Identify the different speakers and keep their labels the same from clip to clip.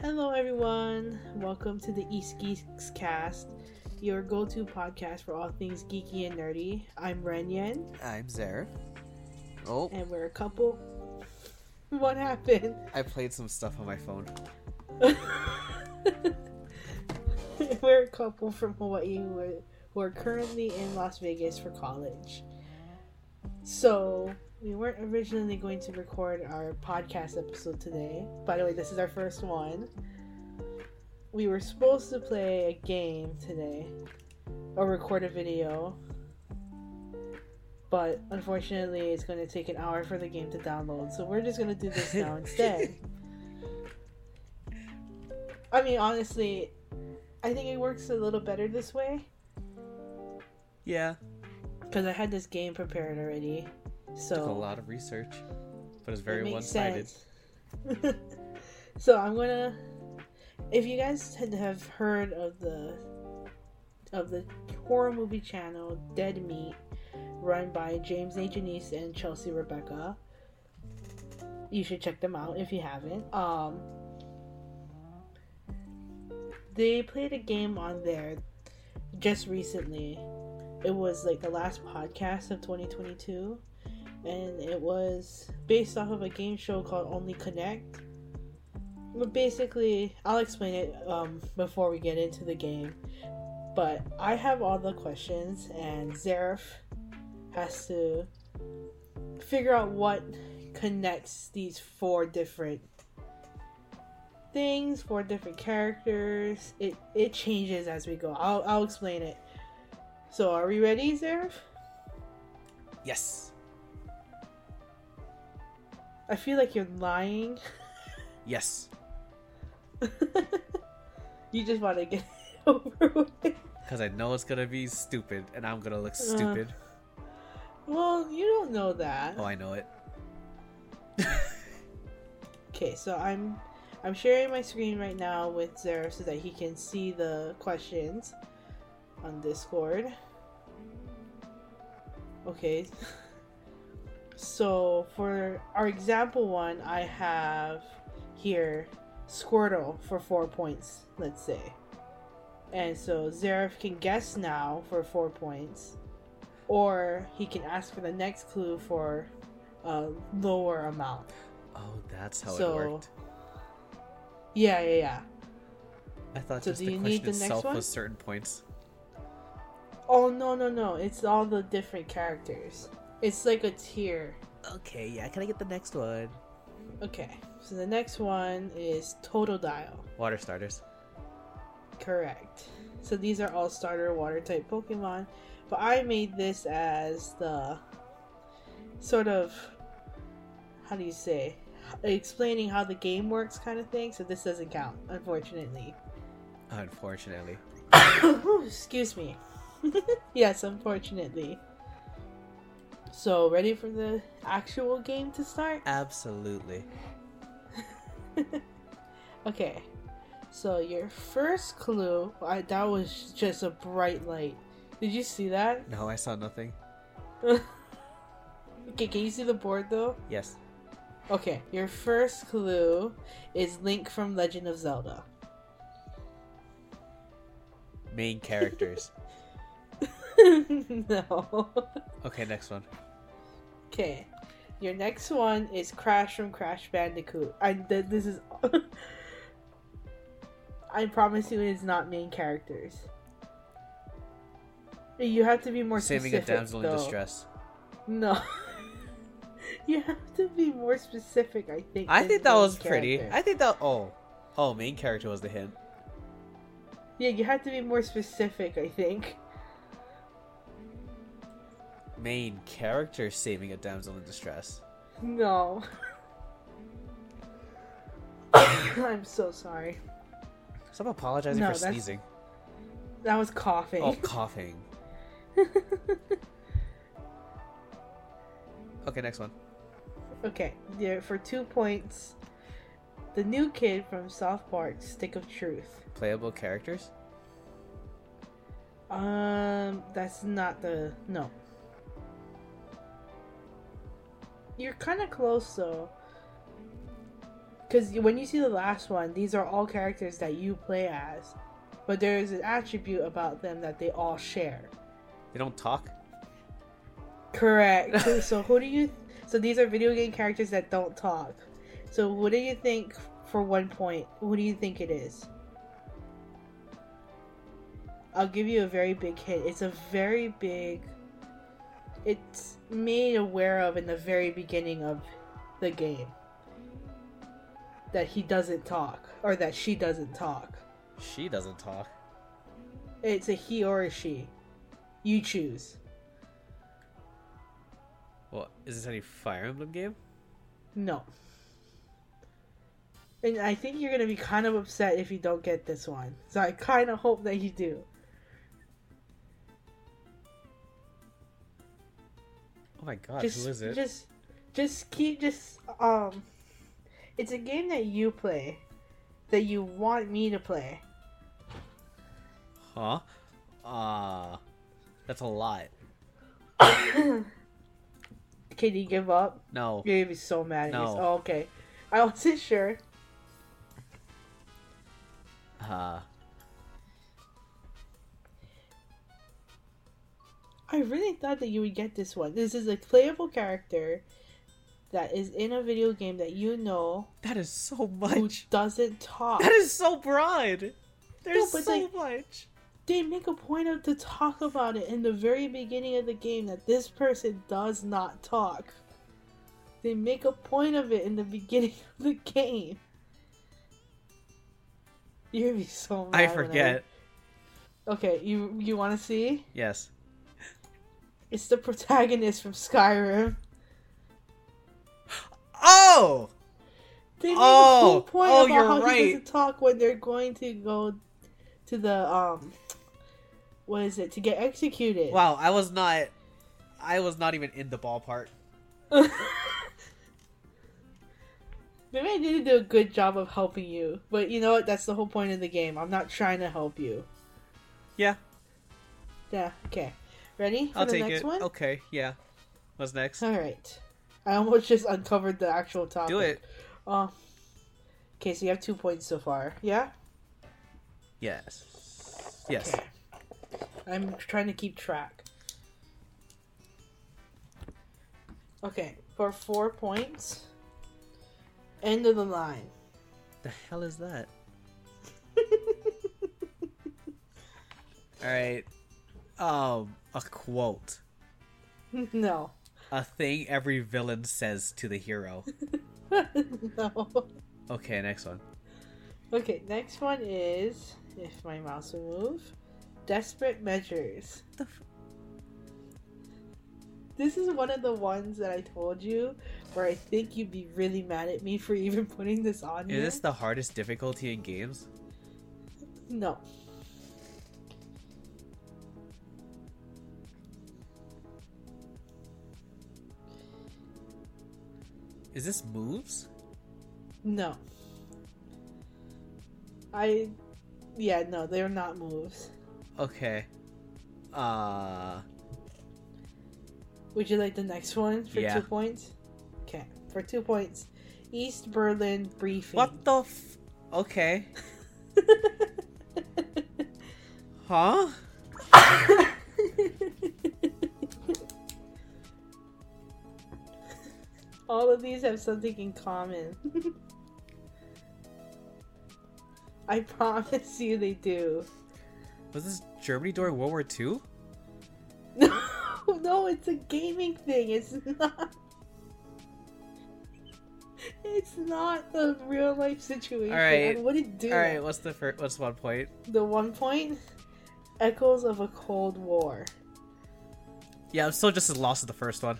Speaker 1: Hello, everyone. Welcome to the East Geeks Cast, your go to podcast for all things geeky and nerdy. I'm Renyen,
Speaker 2: I'm Zareth. Oh,
Speaker 1: and we're a couple. What happened?
Speaker 2: I played some stuff on my phone.
Speaker 1: we're a couple from Hawaii who are, who are currently in Las Vegas for college. So, we weren't originally going to record our podcast episode today. By the way, this is our first one. We were supposed to play a game today or record a video. But unfortunately, it's going to take an hour for the game to download. So we're just going to do this now instead. I mean, honestly, I think it works a little better this way
Speaker 2: Yeah,
Speaker 1: because I had this game prepared already. So
Speaker 2: took a lot of research, but it's very
Speaker 1: It
Speaker 2: one
Speaker 1: makes
Speaker 2: sided.
Speaker 1: sense. so I'm gonna. If you guys had have heard of the of the horror movie channel Dead Meat, run by James A. Janice and Chelsea Rebecca, you should check them out if you haven't. Um, they played a game on there just recently. It was like the last podcast of 2022 and it was based off of a game show called Only Connect. But basically, I'll explain it um, before we get into the game. But I have all the questions, and Zaref has to figure out what connects these four different things, four different characters. It it changes as we go. I'll I'll explain it. So, are we ready, Zaref?
Speaker 2: Yes,
Speaker 1: I feel like you're lying.
Speaker 2: yes.
Speaker 1: you just want to get it over with.
Speaker 2: Because I know it's gonna be stupid, and I'm gonna look
Speaker 1: Uh.
Speaker 2: stupid.
Speaker 1: Well, you don't know that.
Speaker 2: oh, I know it.
Speaker 1: Okay, so I'm I'm sharing my screen right now with Zara so that he can see the questions on Discord. Okay. So for our example one, I have here Squirtle for four points, let's say. And so Zaref can guess now for four points, or he can ask for the next clue for a lower amount.
Speaker 2: Oh, that's how
Speaker 1: So-
Speaker 2: it worked.
Speaker 1: Yeah, yeah, yeah.
Speaker 2: I thought
Speaker 1: so
Speaker 2: just
Speaker 1: do
Speaker 2: the
Speaker 1: you need
Speaker 2: question
Speaker 1: the next
Speaker 2: itself
Speaker 1: one?
Speaker 2: was certain points.
Speaker 1: Oh no no no! It's all the different characters. It's like a tier.
Speaker 2: Okay, yeah. Can I get the next one?
Speaker 1: Okay, so the next one is total dial.
Speaker 2: Water starters.
Speaker 1: Correct. So these are all starter water type Pokemon, but I made this as the sort of how do you say explaining how the game works kind of thing. So this doesn't count, unfortunately.
Speaker 2: Unfortunately,
Speaker 1: Excuse me. yes, unfortunately. So, ready for the actual game to start?
Speaker 2: absolutely.
Speaker 1: Okay. So, your first clue, I, that was just a bright light. Did you see that?
Speaker 2: No, I saw nothing.
Speaker 1: Okay, can you see the board though?
Speaker 2: Yes.
Speaker 1: Okay, your first clue is Link from Legend of Zelda.
Speaker 2: Main characters.
Speaker 1: no.
Speaker 2: okay, next one.
Speaker 1: Okay. Your next one is Crash from Crash Bandicoot. I th- this is I promise you it is not main characters. You have to be more
Speaker 2: Saving a
Speaker 1: specific.
Speaker 2: damsel in
Speaker 1: though.
Speaker 2: distress.
Speaker 1: No. you have to be more specific, I think.
Speaker 2: I
Speaker 1: than
Speaker 2: think that
Speaker 1: main
Speaker 2: was pretty.
Speaker 1: character.
Speaker 2: I think that oh, oh, main character was the hint.
Speaker 1: Yeah, you have to be more specific, I think.
Speaker 2: Main character saving a damsel in distress.
Speaker 1: No. I'm so sorry.
Speaker 2: So I'm apologizing
Speaker 1: No,
Speaker 2: for
Speaker 1: that's-
Speaker 2: sneezing.
Speaker 1: That was coughing.
Speaker 2: Oh, coughing. Oh. okay, next one.
Speaker 1: Okay, yeah, for two points, the new kid from South Park, Stick of Truth.
Speaker 2: Playable characters.
Speaker 1: Um, that's not the no. You're kind of close though. Because when you see the last one, these are all characters that you play as, but there is an attribute about them that they all share.
Speaker 2: They don't talk.
Speaker 1: Correct. So- so who do you? so these are video game characters that don't talk. So what do you think for one point? What do you think it is? I'll give you a very big hint. It's a very big. It's made aware of in the very beginning of the game that he doesn't talk or that she doesn't talk.
Speaker 2: She doesn't talk.
Speaker 1: It's a he or a she. You choose.
Speaker 2: Well, is this any Fire Emblem game?
Speaker 1: No. And I think you're gonna be kind of upset if you don't get this one. So I kind of hope that you do.
Speaker 2: Oh my god,
Speaker 1: just,
Speaker 2: who is it?
Speaker 1: just, just keep just um. It's a game that you play, that you want me to play.
Speaker 2: Huh? Ah, that's a lot.
Speaker 1: Can you give up?
Speaker 2: No,
Speaker 1: You're gonna be so mad at
Speaker 2: No.
Speaker 1: me. Oh, okay. I wasn't sure.
Speaker 2: uh,
Speaker 1: I really thought that you would get this one. This is a playable character that is in a video game that you know
Speaker 2: that is so
Speaker 1: who
Speaker 2: much.
Speaker 1: doesn't talk.
Speaker 2: That is so broad. There's
Speaker 1: but,
Speaker 2: so
Speaker 1: like-
Speaker 2: much.
Speaker 1: they make a point of to talk about it in the very beginning of the game that this person does not talk. They make a point of it in the beginning of the game. You're gonna be so mad.
Speaker 2: I
Speaker 1: when
Speaker 2: forget.
Speaker 1: Okay, you you want to see?
Speaker 2: Yes.
Speaker 1: It's the protagonist from Skyrim.
Speaker 2: Oh,
Speaker 1: They make
Speaker 2: Oh!
Speaker 1: a whole point
Speaker 2: Oh,
Speaker 1: about
Speaker 2: you're
Speaker 1: how
Speaker 2: right.
Speaker 1: he doesn't talk when they're going to go to the um, what is it to get executed?
Speaker 2: wow! I was not. I was not even in the ballpark.
Speaker 1: Maybe I didn't do a good job of helping you, but you know what? That's the whole point of the game. I'm not trying to help you.
Speaker 2: Yeah,
Speaker 1: Yeah. Okay. Ready for
Speaker 2: I'll
Speaker 1: the
Speaker 2: take
Speaker 1: next
Speaker 2: it.
Speaker 1: one?
Speaker 2: Okay, yeah. What's next?
Speaker 1: All right. I almost just uncovered the actual topic.
Speaker 2: Do it.
Speaker 1: Oh. Okay, so you have two points so far. Yeah.
Speaker 2: Yes. Yes.
Speaker 1: Okay. I'm trying to keep track. Okay, for four points. End of the line.
Speaker 2: The hell is that? All right. Um, a quote,
Speaker 1: no.
Speaker 2: a thing every villain says to the hero.
Speaker 1: no.
Speaker 2: Okay, next one.
Speaker 1: Okay, next one is if my mouse will move. Desperate measures.
Speaker 2: The f-
Speaker 1: This is one of the ones that I told you where I think you'd be really mad at me for even putting this on
Speaker 2: Is
Speaker 1: here.
Speaker 2: this the hardest difficulty in games?
Speaker 1: No.
Speaker 2: Is this moves?
Speaker 1: No. I yeah, no, they're not moves.
Speaker 2: Okay. Uh,
Speaker 1: Would you like the next one for
Speaker 2: Yeah.
Speaker 1: two points? Okay. For two points. East Berlin briefing.
Speaker 2: what the? F- okay. Huh?
Speaker 1: All of these have something in common. I promise you they do.
Speaker 2: Was this Germany during World War Two?
Speaker 1: No, no, it's a gaming thing. It's not. It's not a real life situation.
Speaker 2: Alright.
Speaker 1: I wouldn't do
Speaker 2: All right.
Speaker 1: that.
Speaker 2: What's the first? What's one point?
Speaker 1: The one point echoes of a Cold War.
Speaker 2: Yeah, I'm still just as lost as the first one.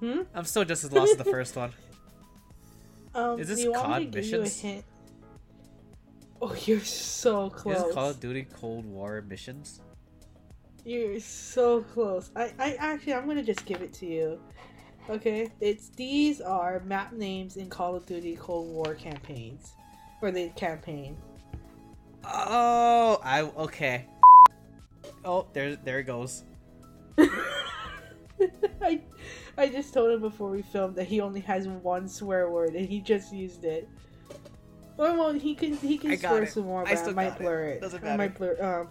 Speaker 1: Hmm?
Speaker 2: I'm still just as lost as the first one.
Speaker 1: Um,
Speaker 2: Is
Speaker 1: do
Speaker 2: this
Speaker 1: you want
Speaker 2: COD
Speaker 1: me to give you a
Speaker 2: missions?
Speaker 1: hint? Oh, you're so close.
Speaker 2: Is this Call of Duty Cold War missions?
Speaker 1: You're so close. I, I actually, I'm gonna just give it to you. Okay, it's these are map names in Call of Duty Cold War campaigns, or the campaign.
Speaker 2: Oh, I okay. Oh, there, there it goes.
Speaker 1: I, I just told him before we filmed that he only has one swear word and he just used it. Well, well he can he can
Speaker 3: I got
Speaker 1: swear
Speaker 3: it.
Speaker 1: some more,
Speaker 3: I
Speaker 1: but I,
Speaker 3: still
Speaker 1: might
Speaker 3: got it.
Speaker 1: blur it.
Speaker 3: Doesn't
Speaker 1: I
Speaker 3: matter.
Speaker 1: might blur um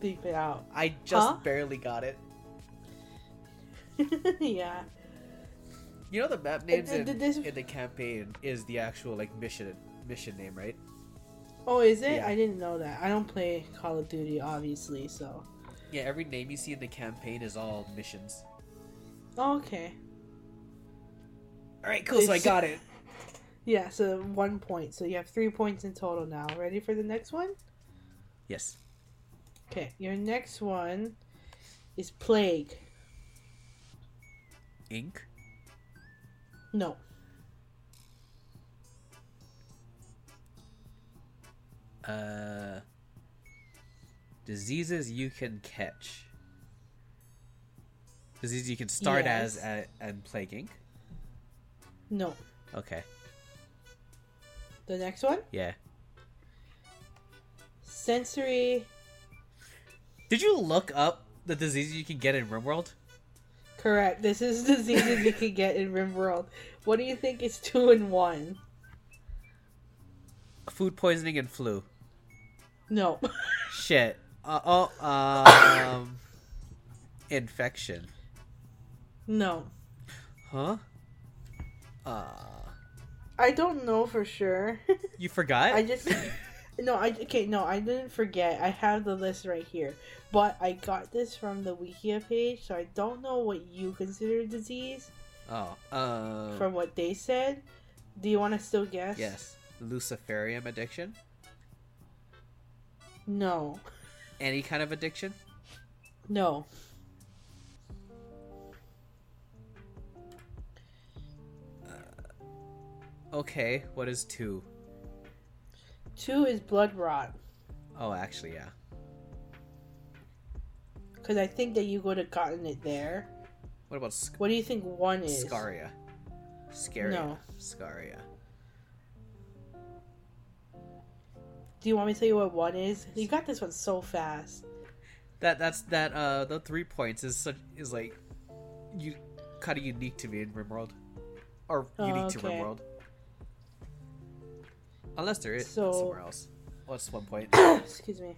Speaker 1: beep it out.
Speaker 3: I just
Speaker 1: Huh?
Speaker 3: barely got it.
Speaker 1: yeah.
Speaker 3: You know the map names
Speaker 1: did-
Speaker 3: in,
Speaker 1: did this-
Speaker 3: in the campaign is the actual like mission mission name, right?
Speaker 1: Oh, is it?
Speaker 3: Yeah.
Speaker 1: I didn't know that. I don't play Call of Duty, obviously. So.
Speaker 3: Yeah, every name you see in the campaign is all missions.
Speaker 1: Oh, okay.
Speaker 3: All right, cool. So I
Speaker 1: It's-
Speaker 3: got it.
Speaker 1: Yeah. So one point. So you have three points in total now. Ready for the next one?
Speaker 3: Yes.
Speaker 1: Okay. Your next one is plague.
Speaker 3: Ink.
Speaker 1: No.
Speaker 3: Uh.
Speaker 2: Diseases you can catch. Diseases you can start as and, and plague ink.
Speaker 1: No.
Speaker 2: Okay.
Speaker 1: The next one.
Speaker 2: Yeah.
Speaker 1: Sensory
Speaker 2: Did you look up the diseases you can get in RimWorld?
Speaker 1: Correct. This is diseases you can get in RimWorld. What do you think is two and one?
Speaker 2: Food poisoning and flu.
Speaker 1: No.
Speaker 2: Shit. Uh, oh. Um. infection.
Speaker 1: No.
Speaker 2: Huh? Uh.
Speaker 1: I don't know for sure.
Speaker 2: You forgot?
Speaker 1: I just No, I okay, no, I didn't forget. I have the list right here. But I got this from the Wikia page, so I don't know what you consider disease
Speaker 2: Oh. Um.
Speaker 1: from what they said. Do you wanna still guess?
Speaker 2: Yes. Luciferium addiction.
Speaker 1: No.
Speaker 2: Any kind of addiction.
Speaker 1: No.
Speaker 2: Okay. What is two?
Speaker 1: Two is blood rot.
Speaker 2: Oh, actually, yeah.
Speaker 1: Because I think that you would have gotten it there.
Speaker 2: What about sc-
Speaker 1: What do you think one is?
Speaker 2: Scaria? Scaria.
Speaker 1: No.
Speaker 2: Scaria.
Speaker 1: Do you want me to tell you what one is? You got this one so fast.
Speaker 2: That that's that. Uh, the three points is such is like, you kind of unique to me in RimWorld, or
Speaker 1: Oh,
Speaker 2: unique to
Speaker 1: okay.
Speaker 2: RimWorld. Unless there is
Speaker 1: So-
Speaker 2: somewhere else. What's one point?
Speaker 1: Excuse me.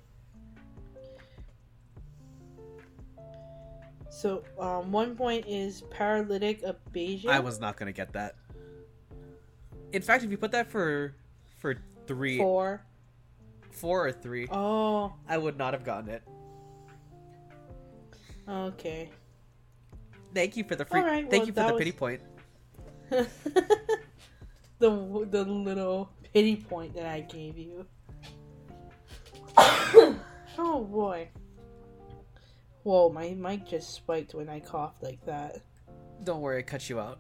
Speaker 1: So, um, one point is paralytic aphasia.
Speaker 2: I was not gonna get that. In fact, if you put that for for three, four,
Speaker 1: four.
Speaker 2: or three,
Speaker 1: Oh,
Speaker 2: I would not have gotten it.
Speaker 1: okay.
Speaker 2: Thank you for the free.
Speaker 1: Alright,
Speaker 2: thank
Speaker 1: well,
Speaker 2: you for
Speaker 1: that
Speaker 2: the
Speaker 1: was-
Speaker 2: pity point.
Speaker 1: the the little pity point that I gave you. oh boy. Whoa, my mic just spiked when I coughed like that.
Speaker 2: Don't worry, I cut you out.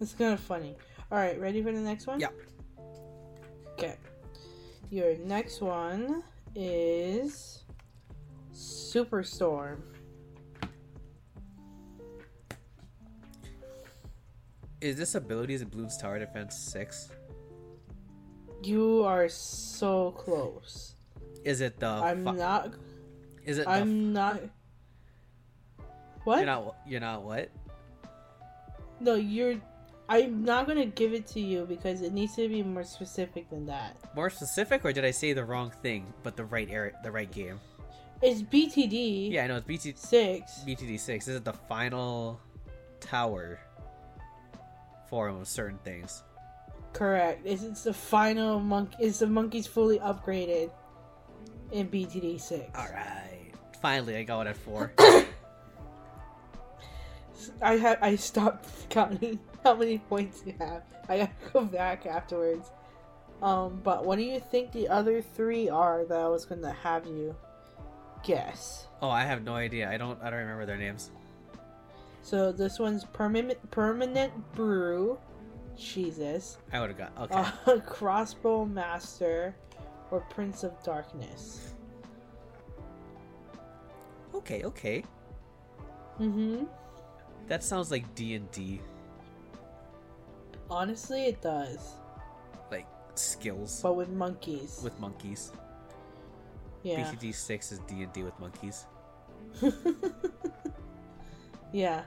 Speaker 1: It's kind of funny. All right, ready for the next one?
Speaker 2: Yeah.
Speaker 1: Okay. Your next one is Superstorm.
Speaker 2: Is this abilities in Bloons Tower Defense six?
Speaker 1: You are so close.
Speaker 2: Is it the?
Speaker 1: I'm
Speaker 2: fi-
Speaker 1: not.
Speaker 2: Is it? Oh, the,
Speaker 1: I'm not. What?
Speaker 2: You're not. You're not what?
Speaker 1: no, you're. I'm not gonna give it to you because it needs to be more specific than that.
Speaker 2: More specific, or did I say the wrong thing? But the right area, the right game.
Speaker 1: It's BTD.
Speaker 2: Yeah, I know it's BT,
Speaker 1: Six.
Speaker 2: BTD six. Is it the final tower form of certain things?
Speaker 1: Correct. It's, it's the final monk. It's the monkeys fully upgraded in BTD six.
Speaker 2: All right. Finally, I got it at four.
Speaker 1: I have I stopped counting how many points you have. I gotta go back afterwards. Um, but what do you think the other three are that I was gonna have you guess?
Speaker 2: oh, I have no idea. I don't. I don't remember their names.
Speaker 1: So this one's permanent permanent brew, Jesus,
Speaker 2: I would have got. Okay.
Speaker 1: uh, crossbow master, or prince of darkness.
Speaker 2: okay. Okay.
Speaker 1: Mm-hmm.
Speaker 2: That sounds like D and D
Speaker 1: Honestly, it does,
Speaker 2: skills
Speaker 1: but with monkeys.
Speaker 2: with monkeys.
Speaker 1: yeah.
Speaker 2: BTD six is D and D with monkeys.
Speaker 1: Yeah.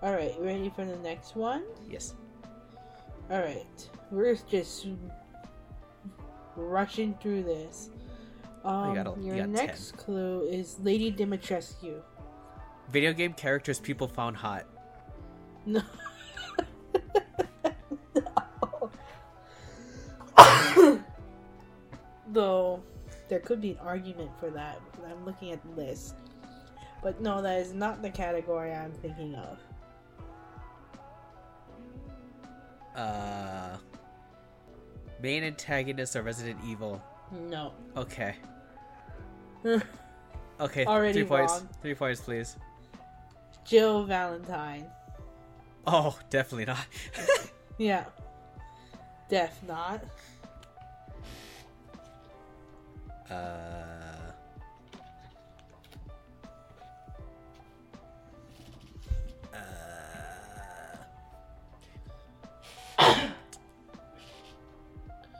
Speaker 1: All right, ready for the next one?
Speaker 2: Yes.
Speaker 1: All right, we're just rushing through this. Um,
Speaker 2: got a- Oh, you
Speaker 1: your
Speaker 2: got
Speaker 1: next clue is Lady Dimitrescu.
Speaker 2: Video game characters people found hot.
Speaker 1: No. Though there could be an argument for that. because I'm looking at the list. But no, that is not the category I'm thinking of.
Speaker 2: Uh. Main antagonist of Resident Evil.
Speaker 1: No.
Speaker 2: Okay. Okay.
Speaker 1: Already
Speaker 2: three points.
Speaker 1: wrong.
Speaker 2: Three points, please.
Speaker 1: Jill Valentine.
Speaker 2: Oh, definitely not.
Speaker 1: Yeah. Def not.
Speaker 2: uh. Uh.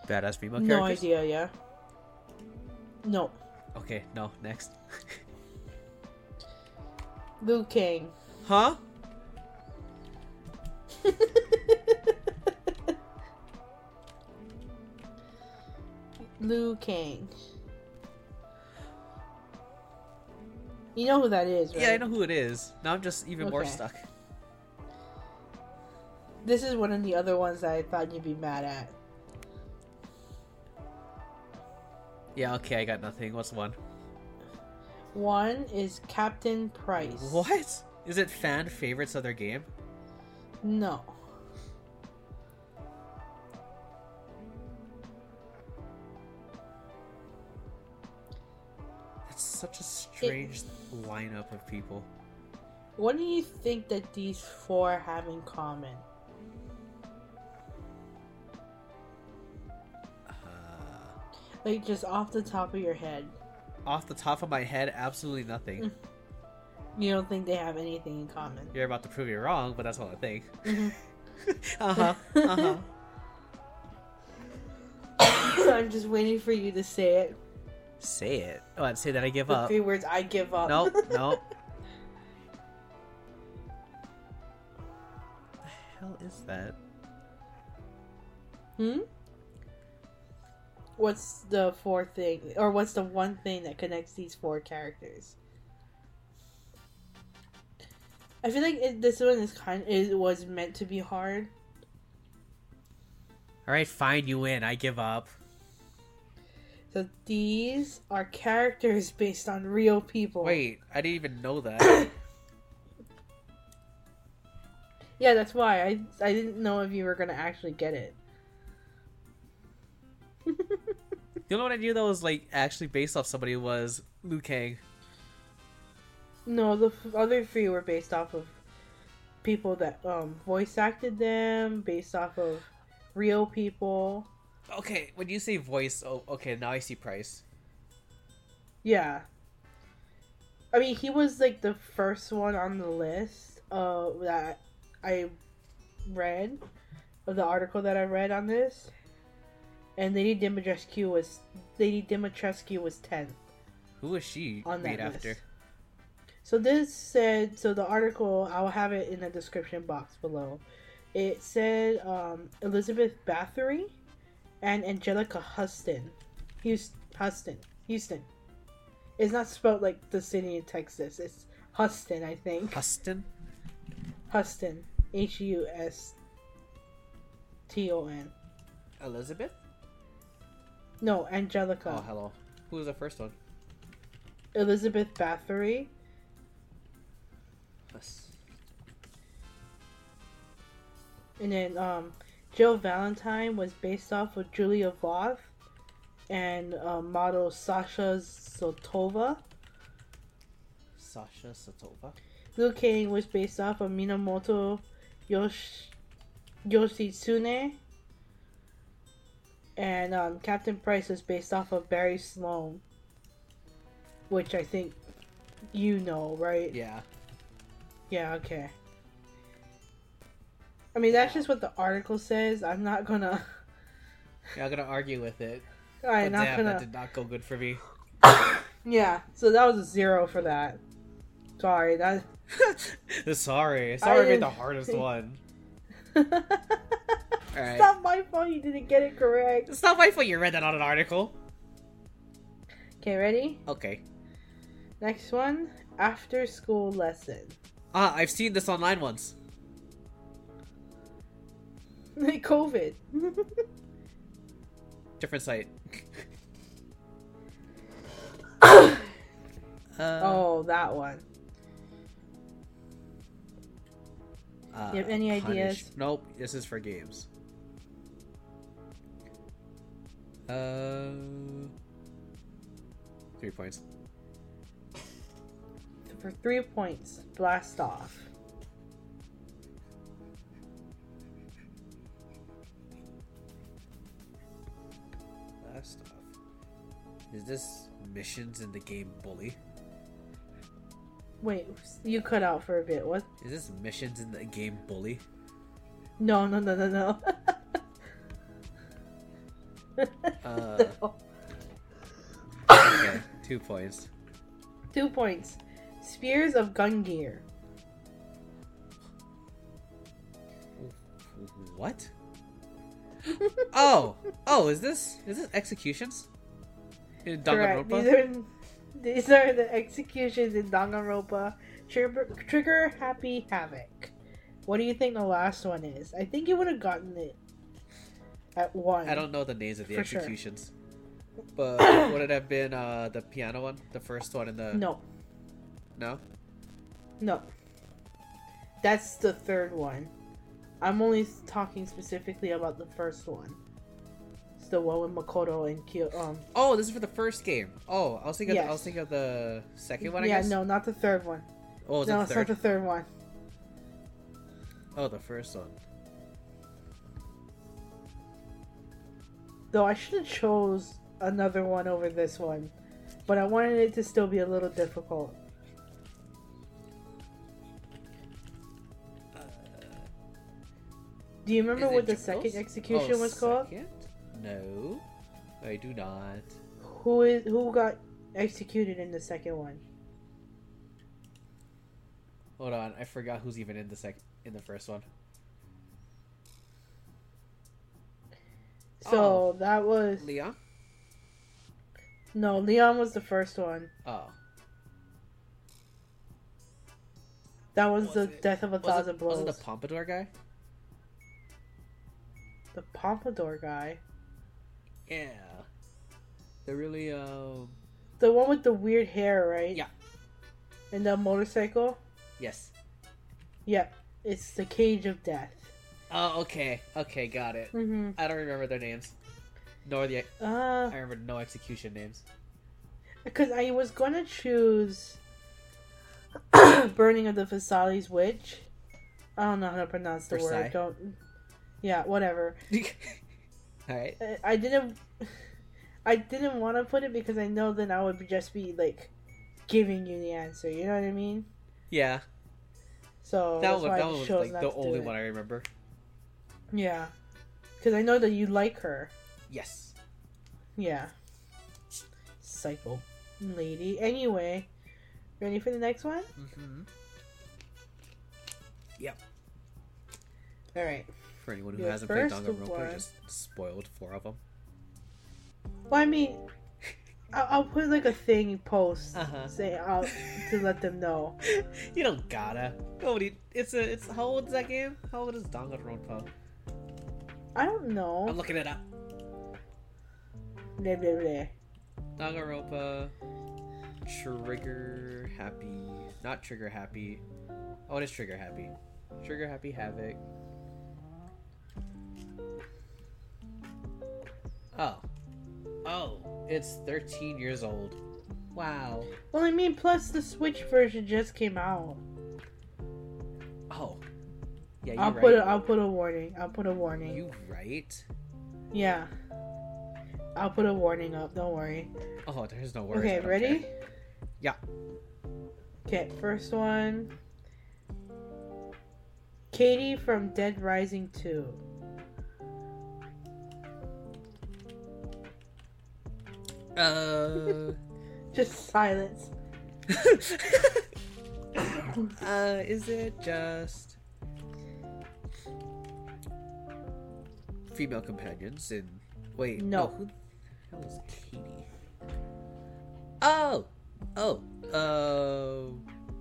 Speaker 2: Badass female
Speaker 1: no
Speaker 2: characters.
Speaker 1: idea, yeah. No.
Speaker 2: Okay, no, next.
Speaker 1: Liu Kang.
Speaker 2: Huh?
Speaker 1: Liu Kang. You know who that is, right?
Speaker 2: Yeah, I know who it is. Now I'm just even more
Speaker 1: Okay.
Speaker 2: stuck.
Speaker 1: This is one of the other ones that I thought you'd be mad at.
Speaker 2: Yeah, okay, I got nothing. What's one?
Speaker 1: One is Captain Price.
Speaker 2: What? Is it fan favorites of their game?
Speaker 1: No.
Speaker 2: That's such a strange lineup of people.
Speaker 1: What do you think that these four have in common?
Speaker 2: Uh,
Speaker 1: Like just off the top of your head.
Speaker 2: off the top of my head, absolutely nothing.
Speaker 1: You don't think they have anything in common. Mm-hmm.
Speaker 2: You're about to prove me wrong, but that's all I think. uh huh. Uh huh.
Speaker 1: I'm just waiting for you to say it.
Speaker 2: say it. Oh, I'd say that I give
Speaker 1: The
Speaker 2: up.
Speaker 1: three words I give up.
Speaker 2: No, no. the hell is that?
Speaker 1: Hmm? What's the four thing, or what's the one thing that connects these four characters? I feel like it, this one is kind. It was meant to be hard.
Speaker 2: All right, fine. You win. I give up.
Speaker 1: So these are characters based on real people.
Speaker 2: Wait, I didn't even know that.
Speaker 1: Yeah, that's why I I didn't know if you were gonna actually get it.
Speaker 2: the only one I knew that was like actually based off somebody was Liu Kang.
Speaker 1: No, the f- other three were based off of people that um voice acted them, based off of real people.
Speaker 2: Okay, when you say voice, oh, okay, now I see Price.
Speaker 1: Yeah. I mean, he was like the first one on the list uh, that I read, of the article that I read on this. And Lady Dimitrescu was Lady Dimitrescu was tenth.
Speaker 2: Who is she
Speaker 1: On that
Speaker 2: made after?
Speaker 1: list. So this said, so the article I'll have it in the description box below. It said um, Elizabeth Bathory and Angelica Huston, Houston, Huston, Houston. It's not spelled like the city in Texas. It's Huston, I think.
Speaker 2: Huston?
Speaker 1: Huston, H U S T O N.
Speaker 2: Elizabeth?
Speaker 1: No,
Speaker 2: Oh,
Speaker 1: Angelica.
Speaker 2: hello. Who was the first one?
Speaker 1: Elizabeth Bathory
Speaker 2: Hus-
Speaker 1: And then um, Jill Valentine was based off of Julia Voth and uh, model Sasha Sotova.
Speaker 2: Sasha Satova?
Speaker 1: Liu Kang was based off of Minamoto Yosh- Yoshitsune. And um, Captain Price was based off of Barry Sloan, which I think you know, right?
Speaker 2: Yeah.
Speaker 1: Yeah, okay. I mean, that's just what the article says. I'm not gonna.
Speaker 2: Yeah, I'm gonna argue with it.
Speaker 1: I'm
Speaker 2: But
Speaker 1: not
Speaker 2: damn,
Speaker 1: gonna.
Speaker 2: that did not go good for me.
Speaker 1: Yeah, so that was a zero for that. Sorry, that
Speaker 3: sorry, sorry, made the
Speaker 1: am-
Speaker 3: hardest one.
Speaker 1: it's
Speaker 2: All right.
Speaker 1: not my fault you didn't get it correct.
Speaker 2: It's not my fault you read that on an article.
Speaker 1: Okay, ready?
Speaker 2: Okay.
Speaker 1: Next one after school lesson.
Speaker 2: Ah, I've seen this online once.
Speaker 1: COVID.
Speaker 2: Different site. Uh,
Speaker 1: oh, that one.
Speaker 2: uh,
Speaker 1: you have any ideas?
Speaker 2: Nope. This is for games. Uh, three points.
Speaker 1: For three points, blast off.
Speaker 2: Last off. Uh, Is this missions in the game Bully?
Speaker 1: Wait, you cut out for a bit. What?
Speaker 2: Is this missions in the game Bully?
Speaker 1: No, no, no, no, no.
Speaker 2: Uh, okay, two points.
Speaker 1: Two points. Spears of gun gear.
Speaker 2: What? oh, oh, is this is this executions? In
Speaker 1: Correct. These
Speaker 2: Danganronpa?
Speaker 1: are, these are the executions in Danganronpa. Trigger, trigger happy havoc. What do you think the last one is? I think you would have gotten it at one.
Speaker 2: I don't know the names of the
Speaker 1: For sure.
Speaker 2: executions, but would it have been uh, the piano one, the first one, and the
Speaker 1: No,
Speaker 2: no?
Speaker 1: no. That's the third one. I'm only talking specifically about the first one. It's the one with Makoto and Kyo. Um,
Speaker 2: Oh, this is for the first game. Oh, I was thinking of the, I
Speaker 1: Yes.
Speaker 2: was thinking of the second one. I
Speaker 1: yeah,
Speaker 2: guess.
Speaker 1: no, not the third one.
Speaker 2: Oh, is
Speaker 1: no,
Speaker 2: it
Speaker 1: it's not
Speaker 2: third?
Speaker 1: the third one.
Speaker 2: Oh, the first one.
Speaker 1: Though I should have chose another one over this one, but I wanted it to still be a little difficult. Do you remember
Speaker 2: Is it
Speaker 1: what the
Speaker 2: Jaws?
Speaker 1: second execution
Speaker 2: Oh,
Speaker 1: was called?
Speaker 2: second? No, I do not.
Speaker 1: Who is who got executed in the second one?
Speaker 2: Hold on, I forgot who's even in the sec in the first one. Oh.
Speaker 1: So that was
Speaker 2: Leon.
Speaker 1: no Leon was the first one.
Speaker 2: Oh,
Speaker 1: That was,
Speaker 2: Was
Speaker 1: the
Speaker 2: it-
Speaker 1: death of a
Speaker 2: was
Speaker 1: thousand
Speaker 2: it,
Speaker 1: blows.
Speaker 2: was it the pompadour guy?
Speaker 1: the pompadour guy,
Speaker 2: Yeah, they're really um.
Speaker 1: the one with the weird hair, right?
Speaker 2: Yeah.
Speaker 1: And the motorcycle.
Speaker 2: Yes.
Speaker 1: Yep, it's the cage of death.
Speaker 2: Oh, okay, okay, got it.
Speaker 1: Mm-hmm.
Speaker 2: I don't remember their names, nor the
Speaker 1: Uh,
Speaker 2: I remember no execution names.
Speaker 1: because I was gonna choose Burning of the Vasali's Witch. I don't know how to pronounce the
Speaker 2: Versailles.
Speaker 1: word. Don't. Yeah, whatever.
Speaker 2: All right.
Speaker 1: I- I didn't. I didn't want to put it because I know then I would be- just be like giving you the answer. You know what I mean?
Speaker 2: Yeah,
Speaker 1: So
Speaker 2: that
Speaker 1: that's
Speaker 2: one.
Speaker 1: why
Speaker 2: That
Speaker 1: I
Speaker 2: one was
Speaker 1: just chose
Speaker 2: like
Speaker 1: not
Speaker 2: the
Speaker 1: to do
Speaker 2: only
Speaker 1: it.
Speaker 2: one I remember.
Speaker 1: Yeah, because I know that you like her.
Speaker 2: Yes.
Speaker 1: Yeah. Psycho lady. Anyway, ready for the next one?
Speaker 2: Mm-hmm.
Speaker 1: All right.
Speaker 2: For anyone who
Speaker 1: Your
Speaker 2: hasn't played
Speaker 1: first
Speaker 2: Danganronpa,
Speaker 1: one.
Speaker 2: I just spoiled four of them.
Speaker 1: Well, I mean, I'll, I'll put like a thing post
Speaker 2: Uh-huh.
Speaker 1: say out to let them know.
Speaker 2: You don't gotta. Nobody. It's a. It's how old is that game? How old is Danganronpa?
Speaker 1: I don't
Speaker 2: I'm
Speaker 1: know.
Speaker 2: looking it up.
Speaker 1: Blah, blah, blah.
Speaker 2: Danganronpa. Trigger happy. Not trigger happy. Oh, it is trigger happy. Trigger happy havoc. Oh. Oh. It's 13 years old. Wow.
Speaker 1: Well, I mean, plus the Switch version just came out.
Speaker 2: Oh. Yeah, you
Speaker 1: I'll
Speaker 2: right.
Speaker 1: put a, I'll put a warning. I'll put a warning.
Speaker 2: you right?
Speaker 1: Yeah. I'll put a warning up. Don't worry.
Speaker 2: Oh, there's no worries. I
Speaker 1: okay,
Speaker 2: don't
Speaker 1: ready?
Speaker 2: care. Yeah.
Speaker 1: Okay, first one. Katie from Dead Rising 2.
Speaker 2: Uh. Uh,
Speaker 1: Just silence.
Speaker 2: Uh, is it just female companions in? Wait,
Speaker 1: No.
Speaker 2: Oh, who the hell is Katie? Oh, oh,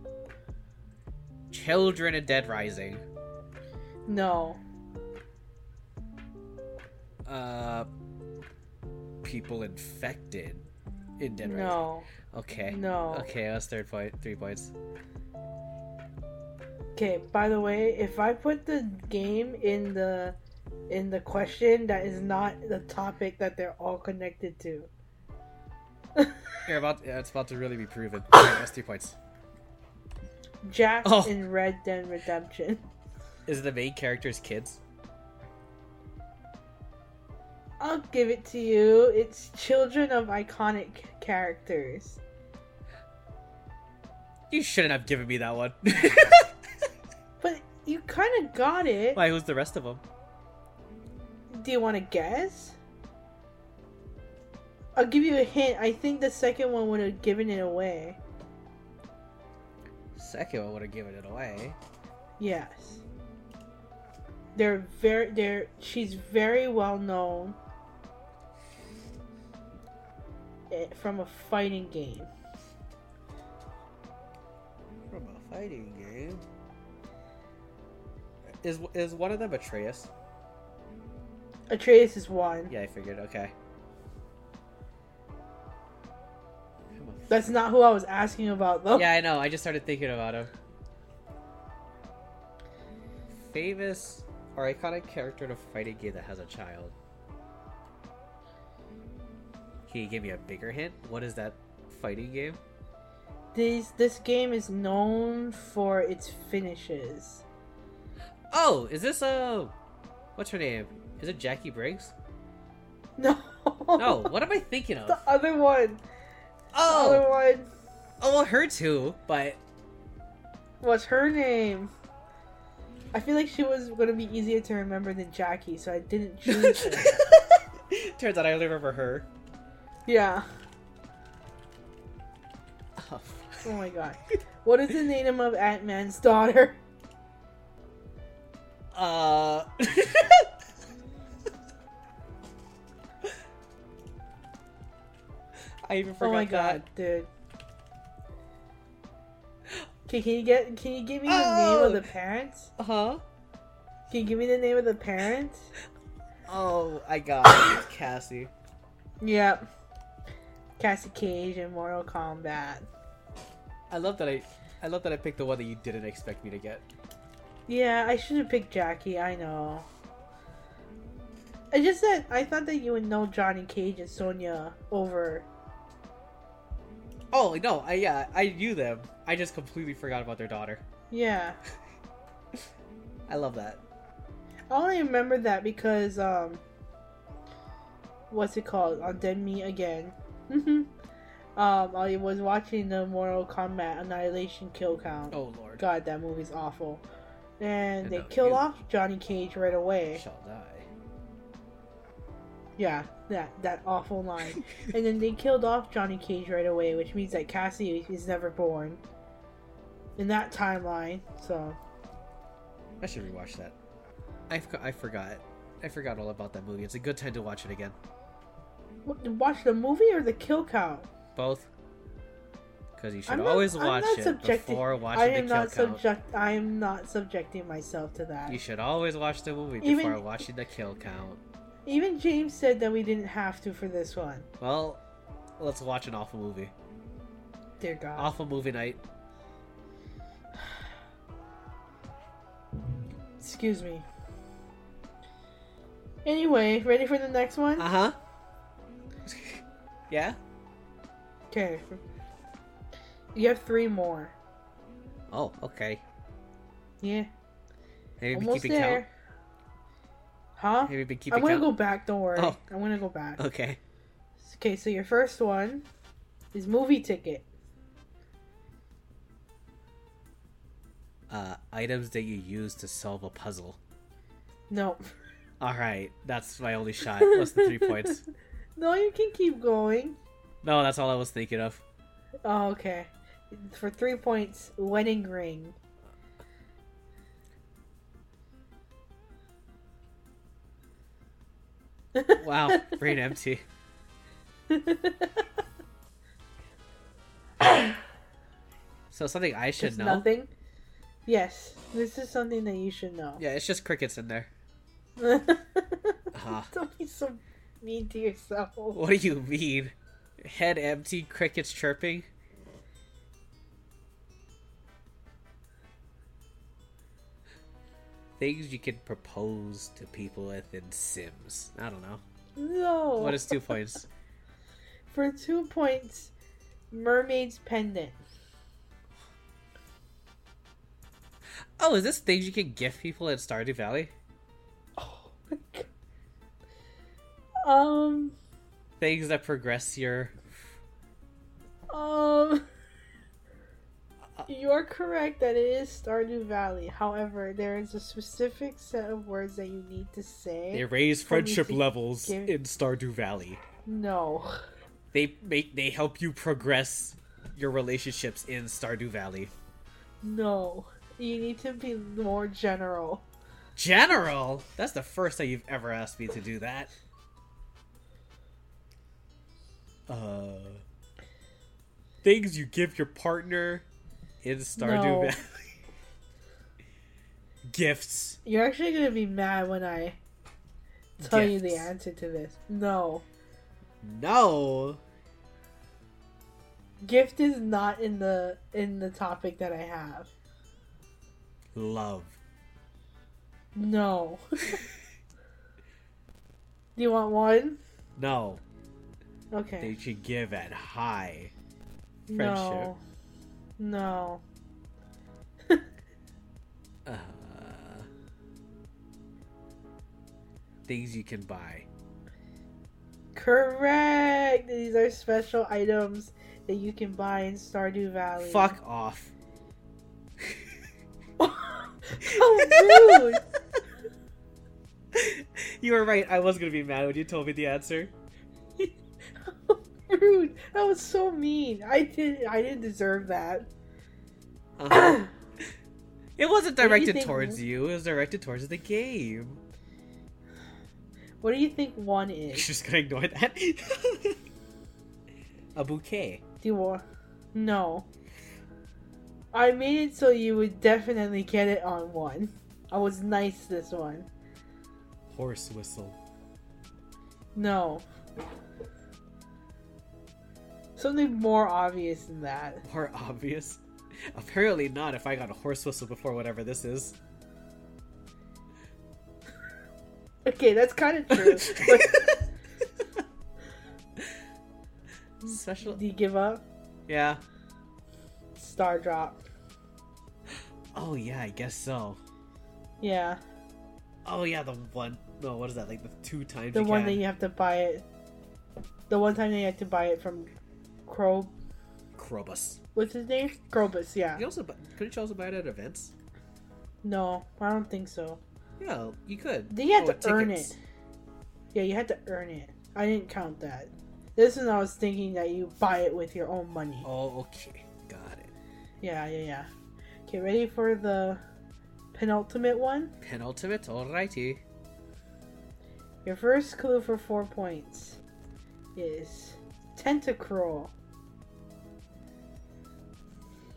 Speaker 2: uh, children in Dead Rising.
Speaker 1: No.
Speaker 2: Uh, people infected in Dead Rising.
Speaker 1: No.
Speaker 2: Okay.
Speaker 1: No.
Speaker 2: Okay, that's third point. Three points.
Speaker 1: Okay, by the way, if I put the game in the in the question that is not the topic that they're all connected to.
Speaker 2: You're about. Yeah, it's about to really be proven. Okay, that's three points.
Speaker 1: Jack
Speaker 2: Oh.
Speaker 1: in Red Dead Redemption.
Speaker 2: Is the main character's kids?
Speaker 1: I'll give it to you. It's children of iconic characters.
Speaker 2: You shouldn't have given me that one.
Speaker 1: But you kind of got it.
Speaker 2: Why? Who's the rest of them?
Speaker 1: Do you want to guess? I'll give you a hint. I think the second one would have given it away.
Speaker 2: Second one would have given it away.
Speaker 1: Yes. They're very they're she's very well known eh, from a fighting game.
Speaker 2: From a fighting game. Is is one of them Atreus?
Speaker 1: Atreus is one.
Speaker 2: Yeah, I figured. Okay.
Speaker 1: That's not who I was asking about though.
Speaker 2: Yeah, I know. I just started thinking about him. Famous or iconic character in a fighting game that has a child. Can you give me a bigger hint? What is that fighting game?
Speaker 1: This this game is known for its finishes.
Speaker 2: Oh, is this uh what's her name? Is it Jackie Briggs?
Speaker 1: No.
Speaker 2: No, what am I thinking of?
Speaker 1: the other one. The other
Speaker 2: Oh,
Speaker 1: one.
Speaker 2: oh, well, her too. But
Speaker 1: What's her name? I feel like she was gonna be easier to remember than Jackie, so I didn't choose her.
Speaker 2: turns out I only remember her.
Speaker 1: Yeah.
Speaker 2: Oh,
Speaker 1: Oh my god. What is the name of Ant Man's daughter?
Speaker 2: uh, I even forgot
Speaker 1: oh my
Speaker 2: that.
Speaker 1: god, dude. Okay, can you get can you give me the
Speaker 2: Oh!
Speaker 1: name of the parents?
Speaker 2: Huh?
Speaker 1: Can you give me the name of the parents?
Speaker 2: Oh, I got it. It's Cassie.
Speaker 1: Yep. Cassie Cage in Mortal Kombat.
Speaker 2: I love that I, I love that I picked the one that you didn't expect me to get.
Speaker 1: Yeah, I should have picked Jackie, I know. I just said I thought that you would know Johnny Cage and Sonya over
Speaker 2: Oh no, I yeah, I knew them. I just completely forgot about their daughter.
Speaker 1: yeah.
Speaker 2: I love that.
Speaker 1: I only remember that because um, what's it called on Dead Meat again? um, I was watching the Mortal Kombat Annihilation kill count.
Speaker 2: Oh lord.
Speaker 1: God, that movie's awful. And
Speaker 2: I
Speaker 1: they
Speaker 2: know,
Speaker 1: killed
Speaker 2: you-
Speaker 1: off Johnny Cage right away.
Speaker 2: Shall die.
Speaker 1: Yeah, that that awful line. and then they killed off Johnny Cage right away, which means that Cassie is never born in that timeline. So
Speaker 2: I should rewatch that. I, f- I forgot. I forgot all about that movie. It's a good time to watch it again.
Speaker 1: w- watch the movie or the kill count.
Speaker 2: Both. Because you should
Speaker 1: I'm not-
Speaker 2: always
Speaker 1: I'm
Speaker 2: watch
Speaker 1: not
Speaker 2: it
Speaker 1: subjecting-
Speaker 2: before
Speaker 1: I
Speaker 2: watching the
Speaker 1: am
Speaker 2: kill
Speaker 1: not
Speaker 2: count.
Speaker 1: subject. I am not subjecting myself to that.
Speaker 2: You should always watch the movie
Speaker 1: Even-
Speaker 2: before watching the kill count.
Speaker 1: Even James said that we didn't have to for this one.
Speaker 2: Well, let's watch an awful movie.
Speaker 1: Dear God.
Speaker 2: Awful movie night.
Speaker 1: Excuse me. Anyway, ready for the next one?
Speaker 2: Uh huh. yeah.
Speaker 1: Okay. You have three more.
Speaker 2: Oh, okay.
Speaker 1: Yeah.
Speaker 2: Have you been
Speaker 1: almost
Speaker 2: keeping count?
Speaker 1: there. Huh?
Speaker 2: Have you been
Speaker 1: I'm
Speaker 2: keeping
Speaker 1: gonna
Speaker 2: count?
Speaker 1: go back, don't worry.
Speaker 2: Oh.
Speaker 1: I'm gonna go back.
Speaker 2: Okay.
Speaker 1: Okay, so your first one is movie ticket.
Speaker 2: Uh, items that you use to solve a puzzle.
Speaker 1: No.
Speaker 2: All right, that's my only shot. What's the three points?
Speaker 1: No, you can keep going.
Speaker 2: No, that's all I was thinking of.
Speaker 1: Oh, okay. for three points, wedding ring.
Speaker 2: Wow, brain empty. So something I should
Speaker 1: Just
Speaker 2: know.
Speaker 1: nothing. Yes, this is something that you should know.
Speaker 2: Yeah, it's just crickets in there. Ah,
Speaker 1: Don't be so mean to yourself.
Speaker 2: what do you mean? Head empty, crickets chirping. Things you can propose to people with in Sims. I don't know.
Speaker 1: No.
Speaker 2: What is two points?
Speaker 1: For two points, mermaid's pendant.
Speaker 2: Oh, is this things you can gift people in Stardew Valley?
Speaker 1: Oh my god. Um.
Speaker 2: Things that progress your.
Speaker 1: Um. You're correct that it is Stardew Valley. However, there is a specific set of words that you need to say.
Speaker 2: They raise
Speaker 1: For me
Speaker 2: friendship
Speaker 1: to
Speaker 2: levels
Speaker 1: give-
Speaker 2: in Stardew Valley.
Speaker 1: No.
Speaker 2: They make they help you progress your relationships in Stardew Valley.
Speaker 1: No. You need to be more general.
Speaker 2: General? That's the first time you've ever asked me to do that. Uh, things you give your partner in Stardew
Speaker 1: No.
Speaker 2: Valley. Gifts.
Speaker 1: You're actually gonna be mad when I tell you the
Speaker 2: Gifts.
Speaker 1: answer to this. No.
Speaker 2: No.
Speaker 1: Gift is not in the in the topic that I have.
Speaker 2: Love.
Speaker 1: No. Do you want one?
Speaker 2: No.
Speaker 1: Okay.
Speaker 2: They should give at high.
Speaker 1: No. No.
Speaker 2: Uh, things you can buy.
Speaker 1: Correct. These are special items that you can buy in Stardew Valley.
Speaker 2: Fuck off.
Speaker 1: How Oh, rude.
Speaker 2: You were right. I was gonna be mad when you told me the answer.
Speaker 1: rude. That was so mean. I didn't. I didn't deserve that.
Speaker 2: Uh-huh. it wasn't
Speaker 1: What do you
Speaker 2: directed
Speaker 1: think-
Speaker 2: towards you. It was directed towards the game.
Speaker 1: What do you think one
Speaker 2: You're
Speaker 1: is?
Speaker 2: just gonna ignore that. A bouquet.
Speaker 1: Do you want? No. I made it so you would definitely get it on one. I was nice this one.
Speaker 2: Horse whistle.
Speaker 1: No. Something more obvious than that.
Speaker 2: More obvious. Apparently not. If I got a horse whistle before whatever this is.
Speaker 1: Okay, that's kind of true. but
Speaker 2: Special.
Speaker 1: do you give up?
Speaker 2: Yeah.
Speaker 1: Star drop.
Speaker 2: Oh yeah. I guess so.
Speaker 1: Yeah,
Speaker 2: Oh yeah. The one. No. What is that? Like the two times.
Speaker 1: the
Speaker 2: you
Speaker 1: one
Speaker 2: can.
Speaker 1: that you have to buy it. The one time that you have to buy it from Crow.
Speaker 2: Krobus.
Speaker 1: What's his name? Crobus. Yeah.
Speaker 2: You also bu- couldn't you also buy it at events?
Speaker 1: No, I don't think so.
Speaker 2: Yeah, you could.
Speaker 1: Then you had
Speaker 2: Oh,
Speaker 1: to earn
Speaker 2: tickets.
Speaker 1: it. Yeah, you had to earn it. I didn't count that. This one I was thinking that you buy it with your own money.
Speaker 2: Oh, okay, got it.
Speaker 1: Yeah, yeah, yeah. Okay, ready for the penultimate one?
Speaker 2: Penultimate, alrighty.
Speaker 1: Your first clue for four points is Tentacruel.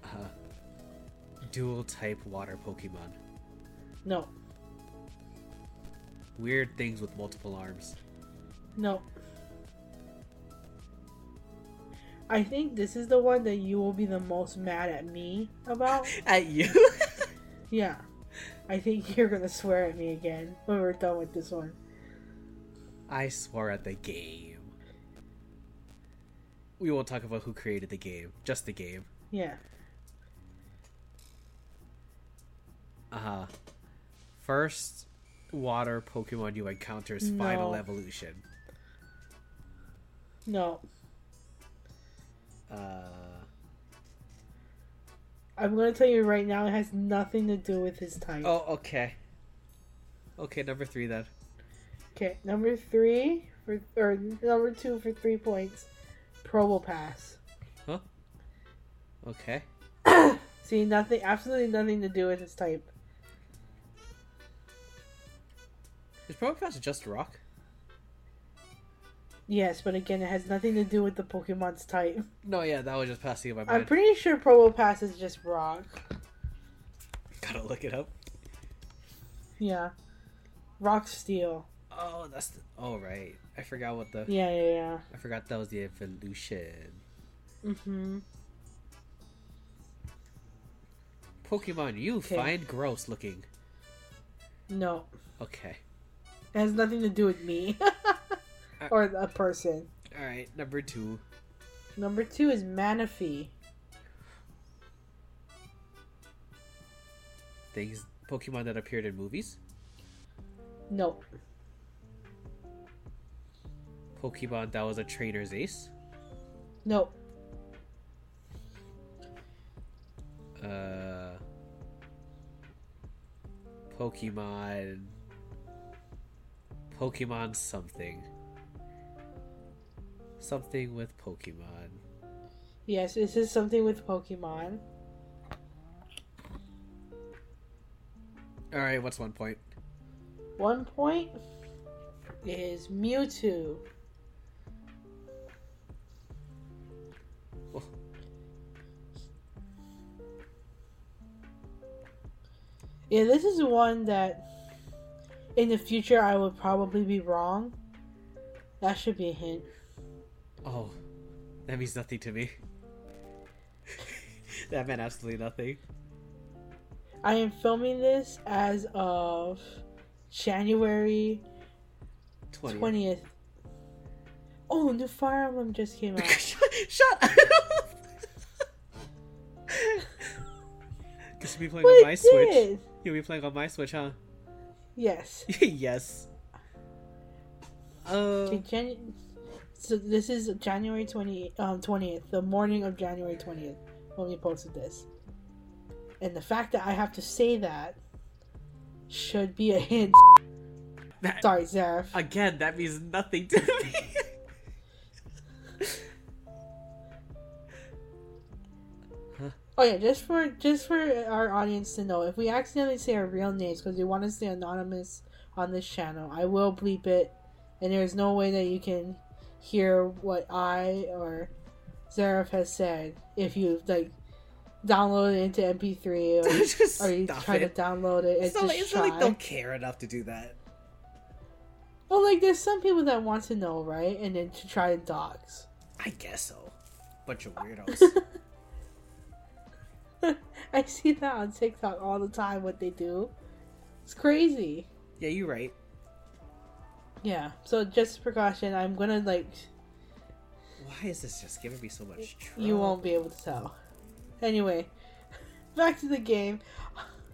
Speaker 2: Uh, dual type water Pokemon.
Speaker 1: No,
Speaker 2: Weird things with multiple arms.
Speaker 1: no. I think this is the one that you will be the most mad at me about.
Speaker 2: At you?
Speaker 1: Yeah. I think you're gonna swear at me again when we're done with this one.
Speaker 2: I swore at the game. We won't talk about who created the game, just the game.
Speaker 1: Yeah.
Speaker 2: Uh huh. First water Pokemon you encounter is final
Speaker 1: No.
Speaker 2: evolution.
Speaker 1: No.
Speaker 2: Uh.
Speaker 1: I'm gonna tell you right now it has nothing to do with his type.
Speaker 2: Oh, okay. Okay, number three then.
Speaker 1: Okay, number three for or number two for three points. Probopass.
Speaker 2: Huh? Okay.
Speaker 1: See, nothing, absolutely nothing to do with its type.
Speaker 2: Is Pokemon just a rock?
Speaker 1: Yes, but again, it has nothing to do with the Pokemon's type.
Speaker 2: No, yeah, that was just passing in my
Speaker 1: I'm
Speaker 2: mind.
Speaker 1: pretty sure Probopass is just rock.
Speaker 2: Gotta look it up.
Speaker 1: Yeah. Rock Steel.
Speaker 2: Oh, that's the... oh right. I forgot what the
Speaker 1: Yeah, yeah,
Speaker 2: I forgot that was the evolution.
Speaker 1: yeah. hmm
Speaker 2: Pokemon you
Speaker 1: Okay.
Speaker 2: find gross looking.
Speaker 1: No.
Speaker 2: Okay.
Speaker 1: It has nothing to do with me. or a person.
Speaker 2: All right, number 2.
Speaker 1: Number two is Manaphy.
Speaker 2: Things Pokemon that appeared in movies.
Speaker 1: No.
Speaker 2: Pokemon that was a trainer's ace.
Speaker 1: No.
Speaker 2: Uh Pokemon Pokemon something. Something with Pokemon.
Speaker 1: Yes, this is something with Pokemon.
Speaker 2: All right, what's one point?
Speaker 1: One point is Mewtwo.
Speaker 2: Oh.
Speaker 1: Yeah, this is one that in the future I would probably be wrong. That should be a hint.
Speaker 2: Oh, that means nothing to me. that meant absolutely nothing.
Speaker 1: I am filming this as of January
Speaker 2: 20.
Speaker 1: 20th. Oh, new Fire Emblem just came out.
Speaker 2: Shut up! Guess you'll be playing
Speaker 1: But
Speaker 2: on
Speaker 1: it
Speaker 2: my Switch.
Speaker 1: did.
Speaker 2: You'll be playing on my Switch, huh?
Speaker 1: Yes.
Speaker 2: yes. Uh,
Speaker 1: Okay, Jan- so this is January 20, um, 20th, the morning of January 20th when we posted this. And the fact that I have to say that should be a hint.
Speaker 2: that-
Speaker 1: Sorry, Zaref.
Speaker 2: again, that means nothing to me.
Speaker 1: Oh yeah, just for just for our audience to know, if we accidentally say our real names because we want to stay anonymous on this channel, I will bleep it, and there's no way that you can hear what I or Zaref has said if you like download it into MP3 or
Speaker 2: Just
Speaker 1: or you
Speaker 2: stop
Speaker 1: try
Speaker 2: it.
Speaker 1: to download it. It's
Speaker 3: It's not
Speaker 1: just
Speaker 3: like, it's not like
Speaker 1: shy.
Speaker 3: they'll care enough to do that.
Speaker 1: Well, like there's some people that want to know, right? And then to try to dox.
Speaker 3: I guess so. Bunch of weirdos.
Speaker 1: I see that on TikTok all the time. What they do, it's crazy.
Speaker 3: yeah, you're right.
Speaker 1: Yeah. So just precaution, I'm gonna like
Speaker 3: Why is this just giving me so much trouble?
Speaker 1: you won't be able to tell. Anyway, back to the game.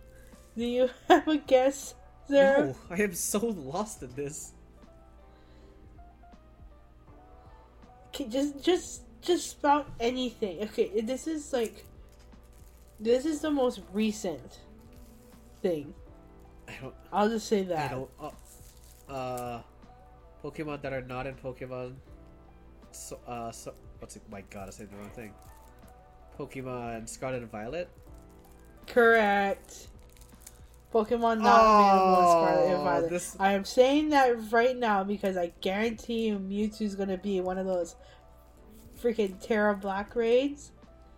Speaker 1: Do you have a guess, Zara?
Speaker 2: No, I am so lost in this.
Speaker 1: Okay, just just just spout anything. Okay, this is like this is the most recent thing.
Speaker 2: I don't.
Speaker 1: I'll just say
Speaker 2: I
Speaker 1: that.
Speaker 2: don't. Uh, uh, Pokemon that are not in Pokemon. So, uh, so, what's it? My God, I said the wrong thing. Pokemon Scarlet and Violet.
Speaker 1: Correct. Pokemon not available in Scarlet and
Speaker 2: Oh,
Speaker 1: Violet.
Speaker 2: this-
Speaker 1: I am saying that right now because I guarantee you Mewtwo's gonna be one of those freaking Terra Black raids.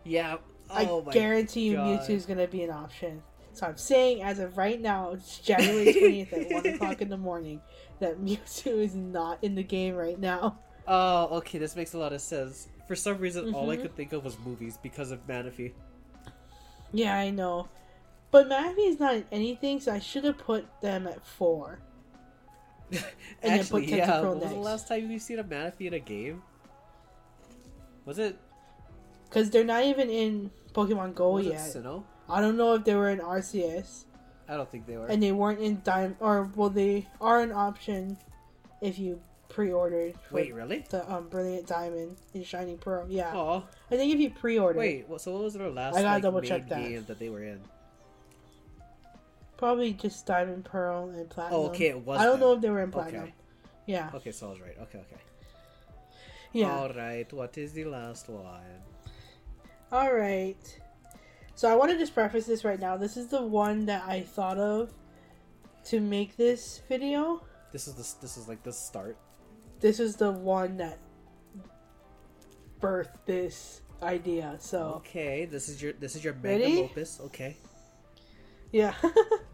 Speaker 2: Yeah. Oh
Speaker 1: I
Speaker 2: my.
Speaker 1: guarantee you
Speaker 2: God.
Speaker 1: Mewtwo's gonna be an option. So I'm saying as of right now, it's January twentieth at one o'clock in the morning, that Mewtwo is not in the game right now.
Speaker 2: Oh, okay. This makes a lot of sense. For some reason, all I
Speaker 1: Mhm.
Speaker 2: could think of was movies because of Manaphy.
Speaker 1: Yeah, I know. But Manaphy is not in anything, so I should have put them at four. And then put
Speaker 2: Actually, yeah.
Speaker 1: Tentacruel
Speaker 2: When was the
Speaker 1: next.
Speaker 2: last time you seen a Manaphy in a game? Was it?
Speaker 1: Because they're not even in Pokemon Go
Speaker 2: was it
Speaker 1: yet.
Speaker 2: Sinnoh?
Speaker 1: I don't know if they were in RCS.
Speaker 2: I don't think they were.
Speaker 1: and they weren't in dime or well they are an option if you pre-ordered for
Speaker 2: Wait, really?
Speaker 1: the um brilliant diamond and shining pearl yeah
Speaker 2: Oh,
Speaker 1: i think if you pre-order
Speaker 2: wait. What, so what was their last
Speaker 1: I gotta
Speaker 2: like,
Speaker 1: double
Speaker 2: main
Speaker 1: check that.
Speaker 2: game that they were in?
Speaker 1: probably just diamond pearl and platinum
Speaker 2: Oh, okay, it was
Speaker 1: i don't
Speaker 2: them.
Speaker 1: know if they were in platinum
Speaker 2: Okay. Oh,
Speaker 1: yeah
Speaker 2: Okay, so I was right. Okay, okay.
Speaker 1: Ah. yeah
Speaker 2: All right. What is the last one?
Speaker 1: All right. So I want to just preface this right now. This is the one that I thought of to make this video.
Speaker 2: This is the, s- this is like the start.
Speaker 1: This is the one that birthed this idea. So,
Speaker 2: Okay, this is your this is your
Speaker 1: Oh. Ready?
Speaker 2: magnum opus. Okay,
Speaker 1: yeah.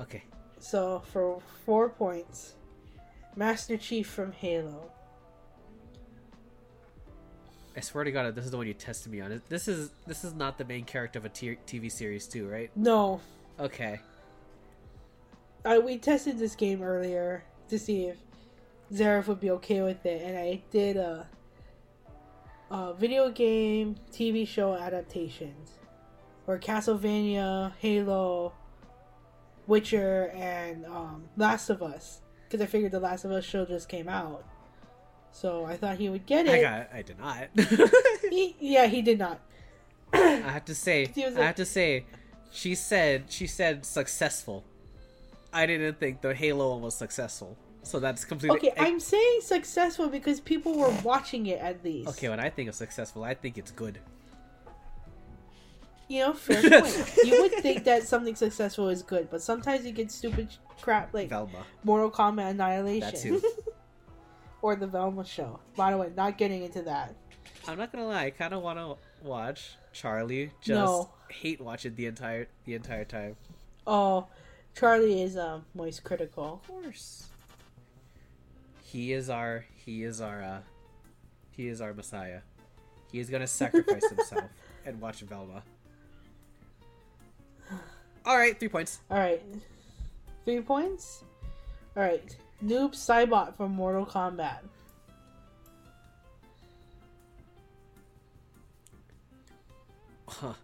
Speaker 2: okay.
Speaker 1: so, for 4 points, Master Chief from Halo.
Speaker 2: I swear to God, this is the one you tested me on. This is this is not the main character of a t- TV series, too, right?
Speaker 1: No,
Speaker 2: Okay.
Speaker 1: I, we tested this game earlier to see if Zaref would be okay with it, and I did a, a video game TV show adaptations where Castlevania, Halo, Witcher, and um, Last of Us. Because I figured the Last of Us show just came out, so I thought he would get
Speaker 2: I
Speaker 1: it.
Speaker 2: got. I did not.
Speaker 1: He, yeah, he did not.
Speaker 2: I have to say.
Speaker 1: He was
Speaker 2: I
Speaker 1: like-
Speaker 2: have to say. She said. She said successful. I didn't think the Halo one was successful. So that's completely.
Speaker 1: Okay,
Speaker 2: I-
Speaker 1: I'm saying successful because people were watching it at least.
Speaker 2: okay. When I think of successful, I think it's good.
Speaker 1: You know, fair point. you would think that something successful is good, but sometimes you get stupid sh- crap like
Speaker 2: Velma.
Speaker 1: Mortal Kombat Annihilation
Speaker 2: That too.
Speaker 1: or the Velma show. By the way, not getting into that.
Speaker 2: I'm not gonna lie. I kind of want to watch Charlie. Just
Speaker 1: No.
Speaker 2: hate watch it the entire the entire time.
Speaker 1: Oh, Charlie is um most critical.
Speaker 2: Of course. He is our he is our uh he is our messiah. He is gonna sacrifice himself and watch Velma. Alright, three points.
Speaker 1: All right, three points. All right, Noob Cybot from Mortal Kombat.
Speaker 2: Huh.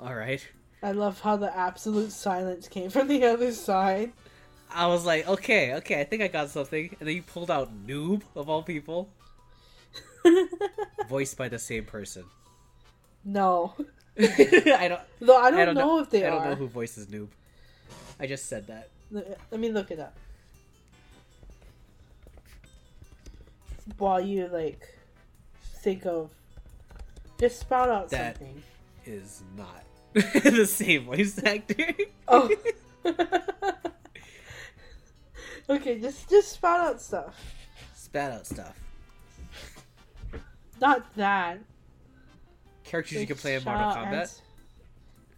Speaker 2: Alright.
Speaker 1: I love how the absolute silence came from the other side.
Speaker 2: I was like, okay, okay, I think I got something. And then you pulled out noob of all people. Voiced by the same person.
Speaker 1: no,
Speaker 2: I don't
Speaker 1: though I don't,
Speaker 2: I don't
Speaker 1: know, if they
Speaker 2: I
Speaker 1: are.
Speaker 2: don't know who voices noob. I just said that.
Speaker 1: Let let me look it up. While you like think of, just spout out
Speaker 2: That-
Speaker 1: something.
Speaker 2: Is not the same voice actor.
Speaker 1: Oh. okay, just just spout out stuff.
Speaker 2: Spat out stuff.
Speaker 1: Not that.
Speaker 2: characters you
Speaker 1: Like,
Speaker 2: can play in
Speaker 1: shout
Speaker 2: Mortal
Speaker 1: out
Speaker 2: Kombat.
Speaker 1: ans-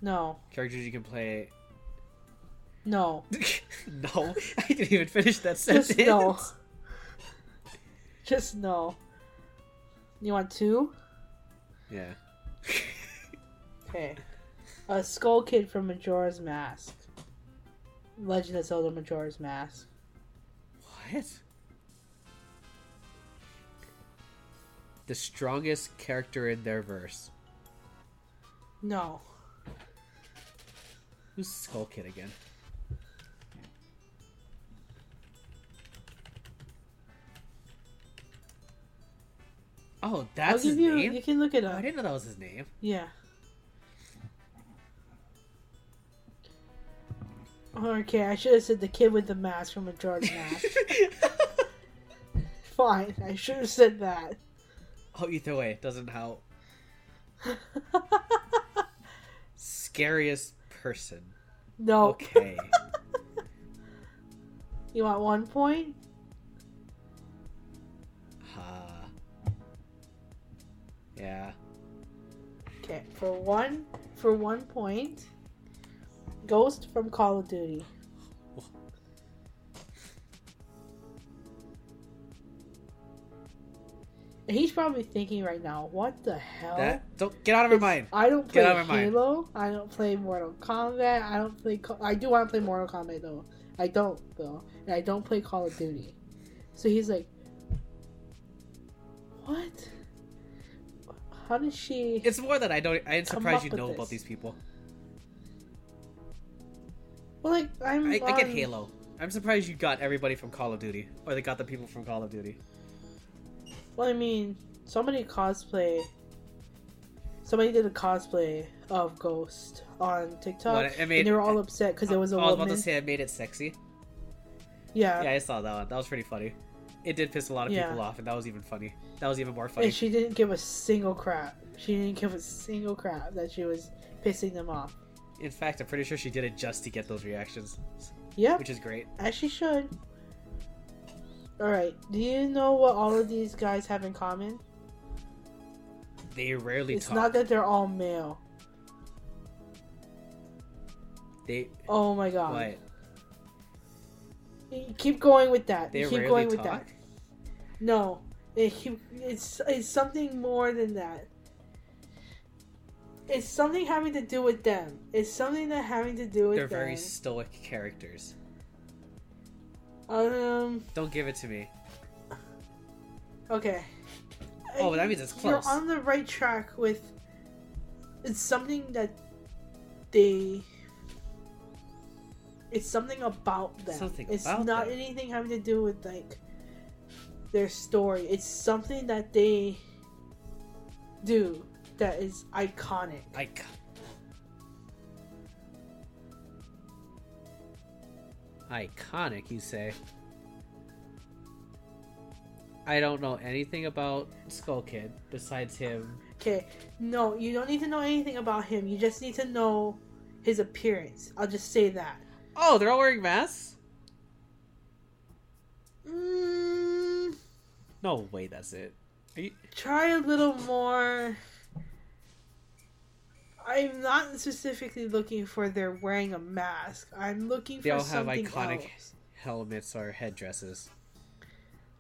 Speaker 1: No,
Speaker 2: Characters you can play.
Speaker 1: no,
Speaker 2: no, I didn't even finish that sentence.
Speaker 1: just no, just no. You want two?
Speaker 2: Yeah.
Speaker 1: Okay. A Skull Kid from Majora's Mask. Legend of Zelda Majora's Mask.
Speaker 2: What? The strongest character in their verse.
Speaker 1: No.
Speaker 2: Who's Skull Kid again? Oh, that's
Speaker 1: I'll
Speaker 2: his
Speaker 1: give you.
Speaker 2: name.
Speaker 1: You can look it
Speaker 2: Oh, I
Speaker 1: up.
Speaker 2: didn't know that was his name.
Speaker 1: Yeah. Okay, I should have said the kid with the mask from Majora's Mask. Fine, I should have said that.
Speaker 2: Oh, either way, it doesn't help. Scariest person.
Speaker 1: No.
Speaker 2: Okay.
Speaker 1: You want one point?
Speaker 2: uh, yeah.
Speaker 1: Okay, for one, for one point. Ghost from Call of Duty. And He's probably thinking right now, what the hell?
Speaker 2: That don't get out of my
Speaker 1: Oh. It's-
Speaker 2: mind.
Speaker 1: I don't play
Speaker 2: Get out of my mind.
Speaker 1: Halo. I don't play Mortal Kombat. I don't play. Ca- I do want to play Mortal Kombat though. I don't though, and I don't play Call of Duty. So he's like, "What? How does she?"
Speaker 2: It's more that I don't. I'm
Speaker 1: Come
Speaker 2: surprised
Speaker 1: up
Speaker 2: you
Speaker 1: with
Speaker 2: know
Speaker 1: this.
Speaker 2: about these people.
Speaker 1: Well, like I'm.
Speaker 2: I, I get
Speaker 1: on-
Speaker 2: Halo. I'm surprised you got everybody from Call of Duty, or they got the people from Call of Duty.
Speaker 1: Well, I mean, somebody cosplay. Somebody did a cosplay of Ghost on TikTok,
Speaker 2: What, I mean-
Speaker 1: and they were all upset because it was a
Speaker 2: I, I was
Speaker 1: woman.
Speaker 2: about to say I made it sexy.
Speaker 1: yeah,
Speaker 2: Yeah, I saw that one. That was pretty funny. it did piss a lot of
Speaker 1: Yeah.
Speaker 2: people off, and that was even funny. That was even more funny.
Speaker 1: And she didn't give a single crap. She didn't give a single crap that she was pissing them off.
Speaker 2: In fact, I'm pretty sure she did it just to get those reactions,
Speaker 1: Yep,
Speaker 2: which is great.
Speaker 1: as she should. Alright, do you know what all of these guys have in common?
Speaker 2: They rarely
Speaker 1: It's
Speaker 2: talk.
Speaker 1: not that they're all male.
Speaker 2: They
Speaker 1: Oh my god.
Speaker 2: what?
Speaker 1: Keep going with that.
Speaker 2: They
Speaker 1: keep
Speaker 2: rarely
Speaker 1: going with
Speaker 2: talk.
Speaker 1: that. No, it, he- it's it's something more than that. It's something having to do with them. It's something that having to do with
Speaker 2: They're
Speaker 1: them.
Speaker 2: very stoic characters.
Speaker 1: um.
Speaker 2: Don't give it to me.
Speaker 1: Okay.
Speaker 2: Oh, that means it's close.
Speaker 1: You're on the right track with. It's something that they. It's something about them.
Speaker 2: Something
Speaker 1: it's
Speaker 2: about
Speaker 1: not
Speaker 2: them.
Speaker 1: anything having to do with like their story. It's something that they do that is iconic.
Speaker 2: I c- iconic, you say? I don't know anything about Skull Kid besides him.
Speaker 1: Okay, no, you don't need to know anything about him. You just need to know his appearance. I'll just say that.
Speaker 2: Oh, they're all wearing masks.
Speaker 1: Mm,
Speaker 2: No way, that's it. Are you-
Speaker 1: try a little more. I'm not specifically looking for they're wearing a mask. I'm looking
Speaker 2: They
Speaker 1: for
Speaker 2: all have
Speaker 1: something
Speaker 2: iconic-
Speaker 1: else.
Speaker 2: Helmets or headdresses.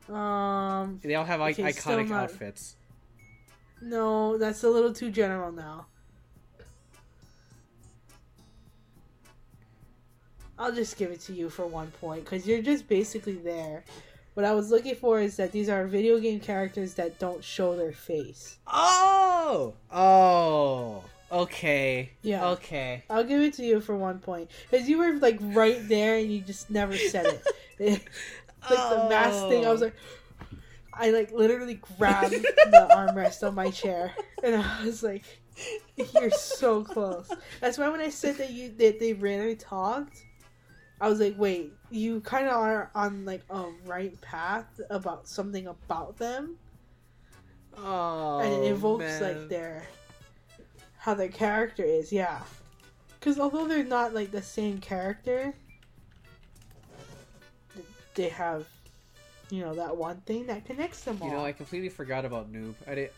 Speaker 1: Um,
Speaker 2: They all have I-
Speaker 1: Okay, still
Speaker 2: iconic
Speaker 1: not-
Speaker 2: outfits.
Speaker 1: no, that's a little too general now. I'll just give it to you for one point because you're just basically there. What I was looking for is that these are video game characters that don't show their face.
Speaker 2: Oh, oh, okay,
Speaker 1: Yeah.
Speaker 2: okay.
Speaker 1: I'll give it to you for one point because you were like right there and you just never said it. like the mask thing, I was like, I like literally grabbed the armrest on my chair and I was like, "You're so
Speaker 2: Oh.
Speaker 1: close." That's why when I said that you that they randomly talked, I was like, "Wait, you kind of are on like a right path about something about them."
Speaker 2: oh,
Speaker 1: and it evokes
Speaker 2: man.
Speaker 1: like their how their character is yeah because although they're not like the same character th- they have you know that one thing that connects them all
Speaker 2: You know, I completely forgot about Noob. I did.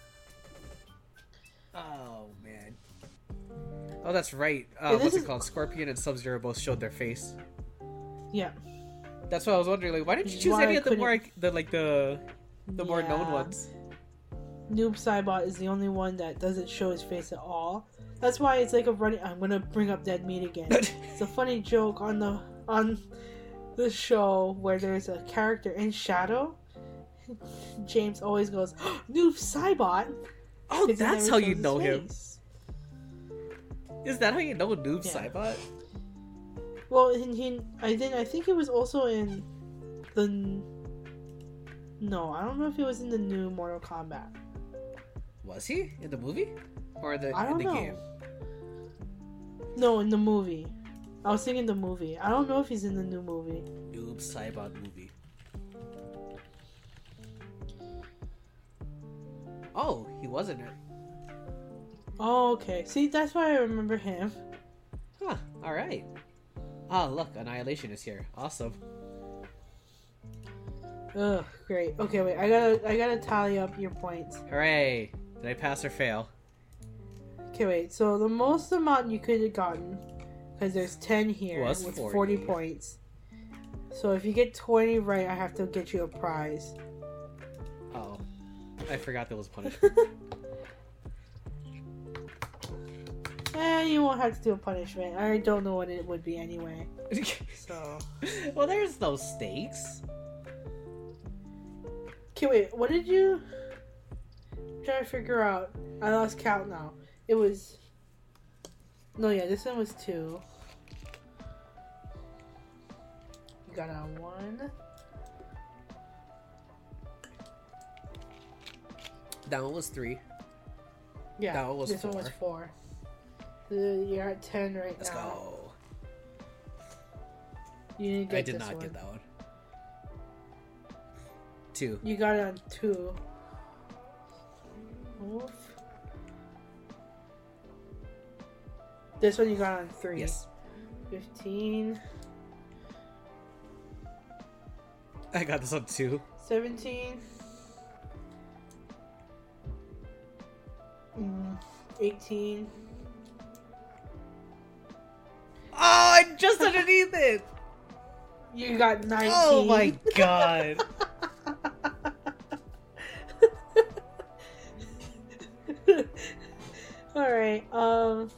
Speaker 2: Oh man. Oh, that's right. Uh,
Speaker 1: Yeah, this
Speaker 2: what's it
Speaker 1: is-
Speaker 2: called? Scorpion and Sub Zero both showed their face.
Speaker 1: yeah
Speaker 2: That's what I was wondering. Like, why didn't you
Speaker 1: Which is
Speaker 2: choose
Speaker 1: why
Speaker 2: any
Speaker 1: I
Speaker 2: of the more
Speaker 1: couldn't-
Speaker 2: like, the like the the more known
Speaker 1: Yeah.
Speaker 2: ones?
Speaker 1: noob cybot is the only one that doesn't show his face at all that's why it's like a running i'm gonna bring up dead meat again it's a funny joke on the on the show where there's a character in shadow james always goes noob cybot Because
Speaker 2: oh,
Speaker 1: he
Speaker 2: that's
Speaker 1: never
Speaker 2: how
Speaker 1: shows
Speaker 2: you
Speaker 1: his
Speaker 2: know him.
Speaker 1: face.
Speaker 2: Is that how you know Noob
Speaker 1: Yeah.
Speaker 2: Saibot?
Speaker 1: Well, in, he, I think I think it was also in the. No, I don't know if it was in the new Mortal Kombat.
Speaker 2: Was he in the movie or the
Speaker 1: I
Speaker 2: in
Speaker 1: don't
Speaker 2: the
Speaker 1: know.
Speaker 2: game?
Speaker 1: No, in the movie. I was thinking the movie. I don't know if he's in the new movie.
Speaker 2: Noob Saibot movie. Oh, he was in it.
Speaker 1: Oh, okay. See, that's why I remember him.
Speaker 2: Huh, alright. Ah, look, Annihilation is here. Awesome.
Speaker 1: Ugh, great. Okay, wait. I gotta, I gotta tally up your points.
Speaker 2: Hooray! Did I pass or fail?
Speaker 1: Okay, wait. So the most amount you could have gotten, because there's ten here
Speaker 2: Was
Speaker 1: with
Speaker 2: 40.
Speaker 1: forty points. So if you get twenty right, I have to get you a prize.
Speaker 2: Oh. I forgot there was punishment.
Speaker 1: Eh, you won't have to do a punishment. I don't know what it would be anyway. So.
Speaker 2: well, there's no stakes.
Speaker 1: Okay, wait. What did you try to figure out? I lost count now. It was. No, yeah, this one was two. You got a one.
Speaker 2: That one was three.
Speaker 1: Yeah,
Speaker 2: That one was
Speaker 1: this one was four. Uh, You're at ten right
Speaker 2: Let's
Speaker 1: now.
Speaker 2: go.
Speaker 1: You didn't get
Speaker 2: I did
Speaker 1: this
Speaker 2: not
Speaker 1: one.
Speaker 2: get that one. two.
Speaker 1: You got it on two. Wolf. This one you got on three.
Speaker 2: Yes.
Speaker 1: 15,
Speaker 2: I got this on two.
Speaker 1: 17, mm, 18.
Speaker 2: Oh, I'm just underneath it.
Speaker 1: You got 19.
Speaker 2: Oh my god.
Speaker 1: All right. Um.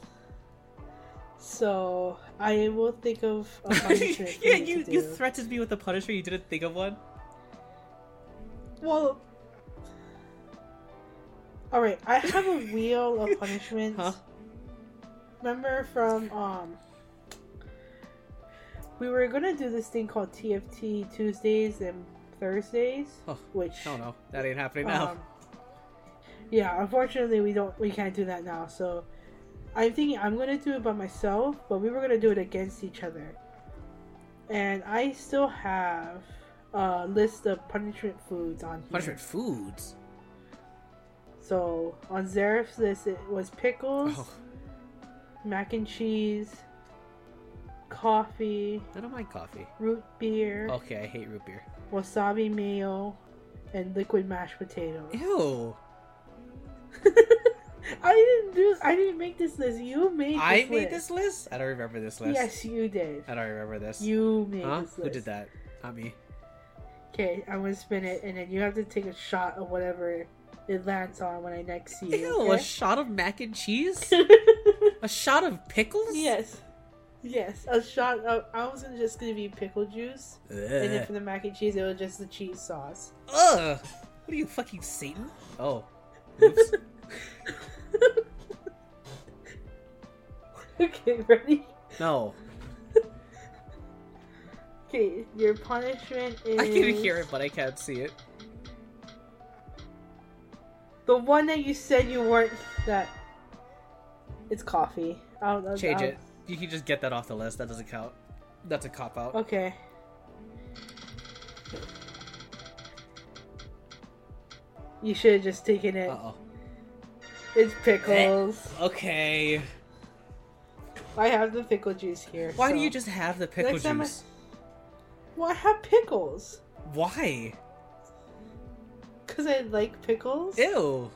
Speaker 1: So I will think of a punishment. for
Speaker 2: yeah,
Speaker 1: you,
Speaker 2: you,
Speaker 1: to
Speaker 2: you
Speaker 1: do.
Speaker 2: threatened me with a punishment. You didn't think of one.
Speaker 1: well. All right. I have a wheel of punishments.
Speaker 2: Huh?
Speaker 1: Remember from um. We were gonna do this thing called TFT Tuesdays and Thursdays,
Speaker 2: Oh,
Speaker 1: which
Speaker 2: Hell no, that ain't happening now.
Speaker 1: Um, yeah, unfortunately, we don't, we can't do that now. So, I'm thinking I'm gonna do it by myself, but we were gonna do it against each other. And I still have a list of punishment foods on here.
Speaker 2: punishment foods.
Speaker 1: So on Zaref's list, it was pickles,
Speaker 2: Oh,
Speaker 1: mac and cheese, coffee,
Speaker 2: I don't mind coffee.
Speaker 1: root beer,
Speaker 2: Okay, I hate root beer.
Speaker 1: wasabi mayo, and liquid mashed potatoes.
Speaker 2: Ew.
Speaker 1: I didn't do. I didn't make this list. You made. This
Speaker 2: I made
Speaker 1: list.
Speaker 2: this list? I don't remember this list.
Speaker 1: Yes, you did.
Speaker 2: I don't remember this.
Speaker 1: You made
Speaker 2: huh?
Speaker 1: this list.
Speaker 2: Who did that? Not me.
Speaker 1: Okay, I'm gonna spin it, and then you have to take a shot of whatever it lands on when I next see you.
Speaker 2: Ew, a
Speaker 1: okay?
Speaker 2: shot of mac and cheese? a shot of pickles?
Speaker 1: yes, yes, a shot of. I was gonna just gonna be pickle juice,
Speaker 2: Ugh.
Speaker 1: and then for the mac and cheese, it was just the cheese sauce.
Speaker 2: Ugh. What are you, fucking Satan? Oh. Oops.
Speaker 1: okay, ready?
Speaker 2: no.
Speaker 1: Okay, your punishment is.
Speaker 2: I can hear it, but I can't see it.
Speaker 1: The one that you said you weren't. That. It's coffee. I'll, I'll-
Speaker 2: Change
Speaker 1: I'll-
Speaker 2: it. You can just get that off the list. That doesn't count. That's a cop out.
Speaker 1: Okay. You should have just taken it.
Speaker 2: Uh oh. Eh.
Speaker 1: It's pickles.
Speaker 2: Okay.
Speaker 1: I have the pickle juice here.
Speaker 2: Why do
Speaker 1: so-
Speaker 2: you just have the pickle
Speaker 1: Next time I-
Speaker 2: juice?
Speaker 1: Well, I have pickles
Speaker 2: Why?
Speaker 1: because I like pickles.
Speaker 2: Ew.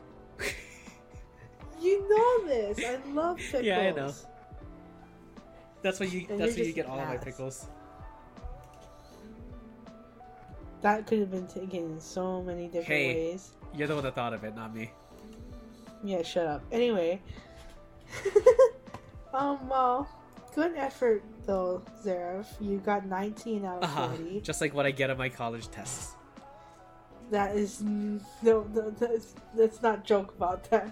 Speaker 1: You know this. I love pickles.
Speaker 2: Yeah, I know. That's what you.
Speaker 1: And
Speaker 2: that's
Speaker 1: you're
Speaker 2: what you
Speaker 1: just
Speaker 2: get all of my
Speaker 1: ass.
Speaker 2: pickles.
Speaker 1: That could have been taken in so many different
Speaker 2: Hey.
Speaker 1: ways.
Speaker 2: You're the one that thought of it, not me.
Speaker 1: Yeah, shut up. Anyway. um. Well, good effort though, Zarev. You got 19 out of
Speaker 2: Uh-huh.
Speaker 1: 40.
Speaker 2: Just like what I get on my college tests.
Speaker 1: That is no, no that's, let's not joke about that.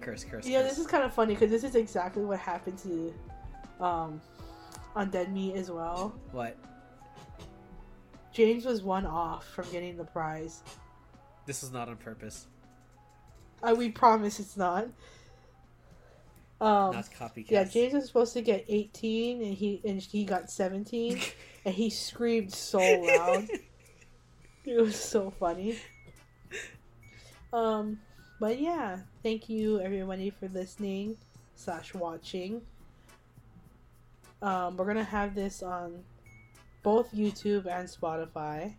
Speaker 2: Curse, curse,
Speaker 1: Yeah,
Speaker 2: curse.
Speaker 1: this is kind of funny because this is exactly what happened to, um, Undead Me as well.
Speaker 2: What?
Speaker 1: James was one off from getting the prize.
Speaker 2: This was not on purpose.
Speaker 1: Uh, we promise it's not. Um,
Speaker 2: not copycats.
Speaker 1: yeah, James was supposed to get 18 and he and he got 17 and he screamed so loud. It was so funny. Um, but yeah, thank you everybody for listening slash watching. Um, we're gonna have this on both YouTube and Spotify.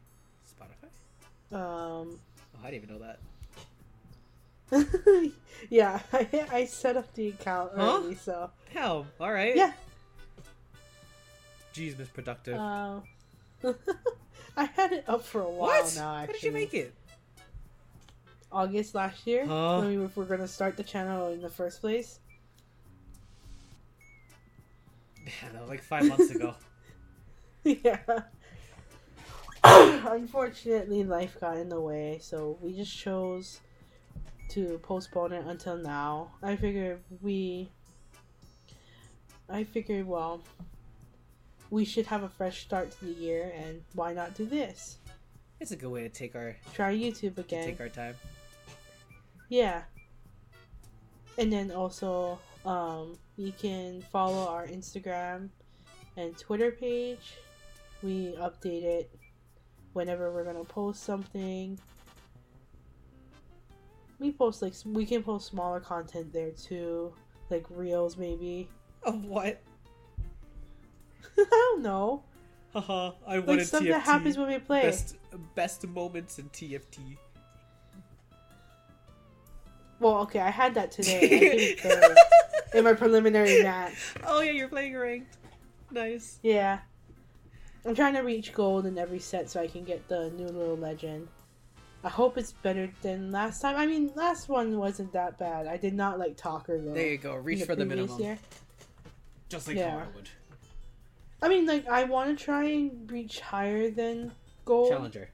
Speaker 2: Spotify.
Speaker 1: Um,
Speaker 2: Oh, I didn't even know that.
Speaker 1: yeah, I, I set up the account
Speaker 2: Huh?
Speaker 1: early, so
Speaker 2: Hell, all right.
Speaker 1: Yeah.
Speaker 2: Jeez, misproductive.
Speaker 1: um, I had it up for a while
Speaker 2: what?
Speaker 1: now.
Speaker 2: How
Speaker 1: Actually,
Speaker 2: did you make it?
Speaker 1: August last year
Speaker 2: Huh?
Speaker 1: when we were, were gonna start the channel in the first place.
Speaker 2: Man, that was like five months ago.
Speaker 1: yeah. Unfortunately, life got in the way, so we just chose to postpone it until now. I figured we. I figured, well, we should have a fresh start to the year, and why not do this?
Speaker 2: it's a good way to take our
Speaker 1: Try YouTube
Speaker 2: to
Speaker 1: again.
Speaker 2: take our time.
Speaker 1: Yeah. And then also, um, you can follow our Instagram and Twitter page. We update it whenever we're gonna post something. We post like s- we can post smaller content there too, like reels maybe.
Speaker 2: Of what?
Speaker 1: I don't know,
Speaker 2: Haha, I
Speaker 1: like
Speaker 2: wanted
Speaker 1: stuff
Speaker 2: TFT.
Speaker 1: that happens when we play.
Speaker 2: best, best moments in TFT.
Speaker 1: Well, okay, I had that today I think, uh, in my preliminary match.
Speaker 2: oh yeah, you're playing ranked. Nice.
Speaker 1: Yeah. I'm trying to reach gold in every set so I can get the new little legend. I hope it's better than last time. I mean, last one wasn't that bad. I did not like Talker though.
Speaker 2: There you go. Reach
Speaker 1: in
Speaker 2: for the
Speaker 1: previous
Speaker 2: minimum,
Speaker 1: year.
Speaker 3: Just like
Speaker 1: Yeah.
Speaker 3: how I would.
Speaker 1: I mean, like I want to try and reach higher than gold.
Speaker 2: challenger.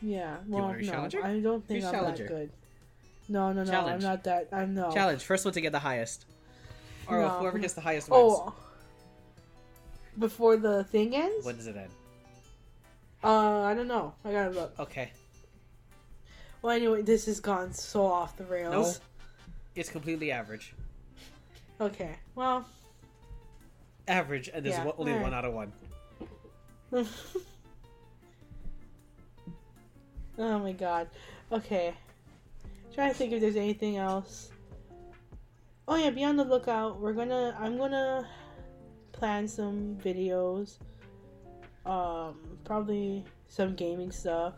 Speaker 1: Yeah.
Speaker 2: wanna
Speaker 1: Well,
Speaker 2: reach
Speaker 1: no,
Speaker 2: challenger?
Speaker 1: I don't think
Speaker 2: Reach
Speaker 1: I'm
Speaker 2: challenger.
Speaker 1: that good. No, no, no. I'm
Speaker 2: Challenge.
Speaker 1: not that. I'm no.
Speaker 2: Challenge. First one to get the highest, or
Speaker 1: Oh. No.
Speaker 2: whoever gets the highest wins.
Speaker 1: Oh. Before the thing ends.
Speaker 2: When does it end?
Speaker 1: Uh, I don't know. I gotta look.
Speaker 2: Okay.
Speaker 1: Well, anyway, this has gone so off the
Speaker 2: No.
Speaker 1: rails.
Speaker 2: It's completely average.
Speaker 1: Okay. Well,
Speaker 2: Average, and there's
Speaker 1: Yeah,
Speaker 2: one, only
Speaker 1: alright.
Speaker 2: one out of one.
Speaker 1: oh my god. Okay. Try to think if there's anything else. Oh yeah, be on the lookout. We're gonna I'm gonna plan some videos. Um probably some gaming stuff.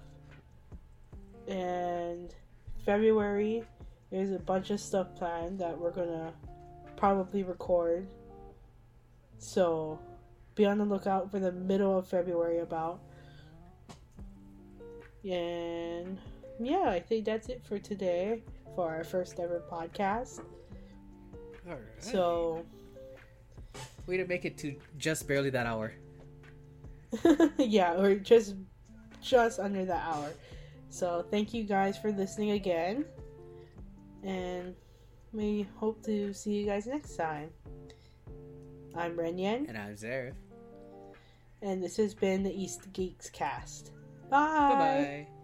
Speaker 1: And February there's a bunch of stuff planned that we're gonna probably record. So be on the lookout for the middle of February about. And yeah, I think that's it for today for our first ever podcast.
Speaker 2: All right.
Speaker 1: So
Speaker 2: we didn't make it to just barely that hour.
Speaker 1: yeah, we're just just under the hour. So thank you guys for listening again. And we hope to see you guys next time. I'm Renyen,
Speaker 2: And I'm Zareth.
Speaker 1: and this has been the East Geeks Cast. Bye.
Speaker 2: Bye bye.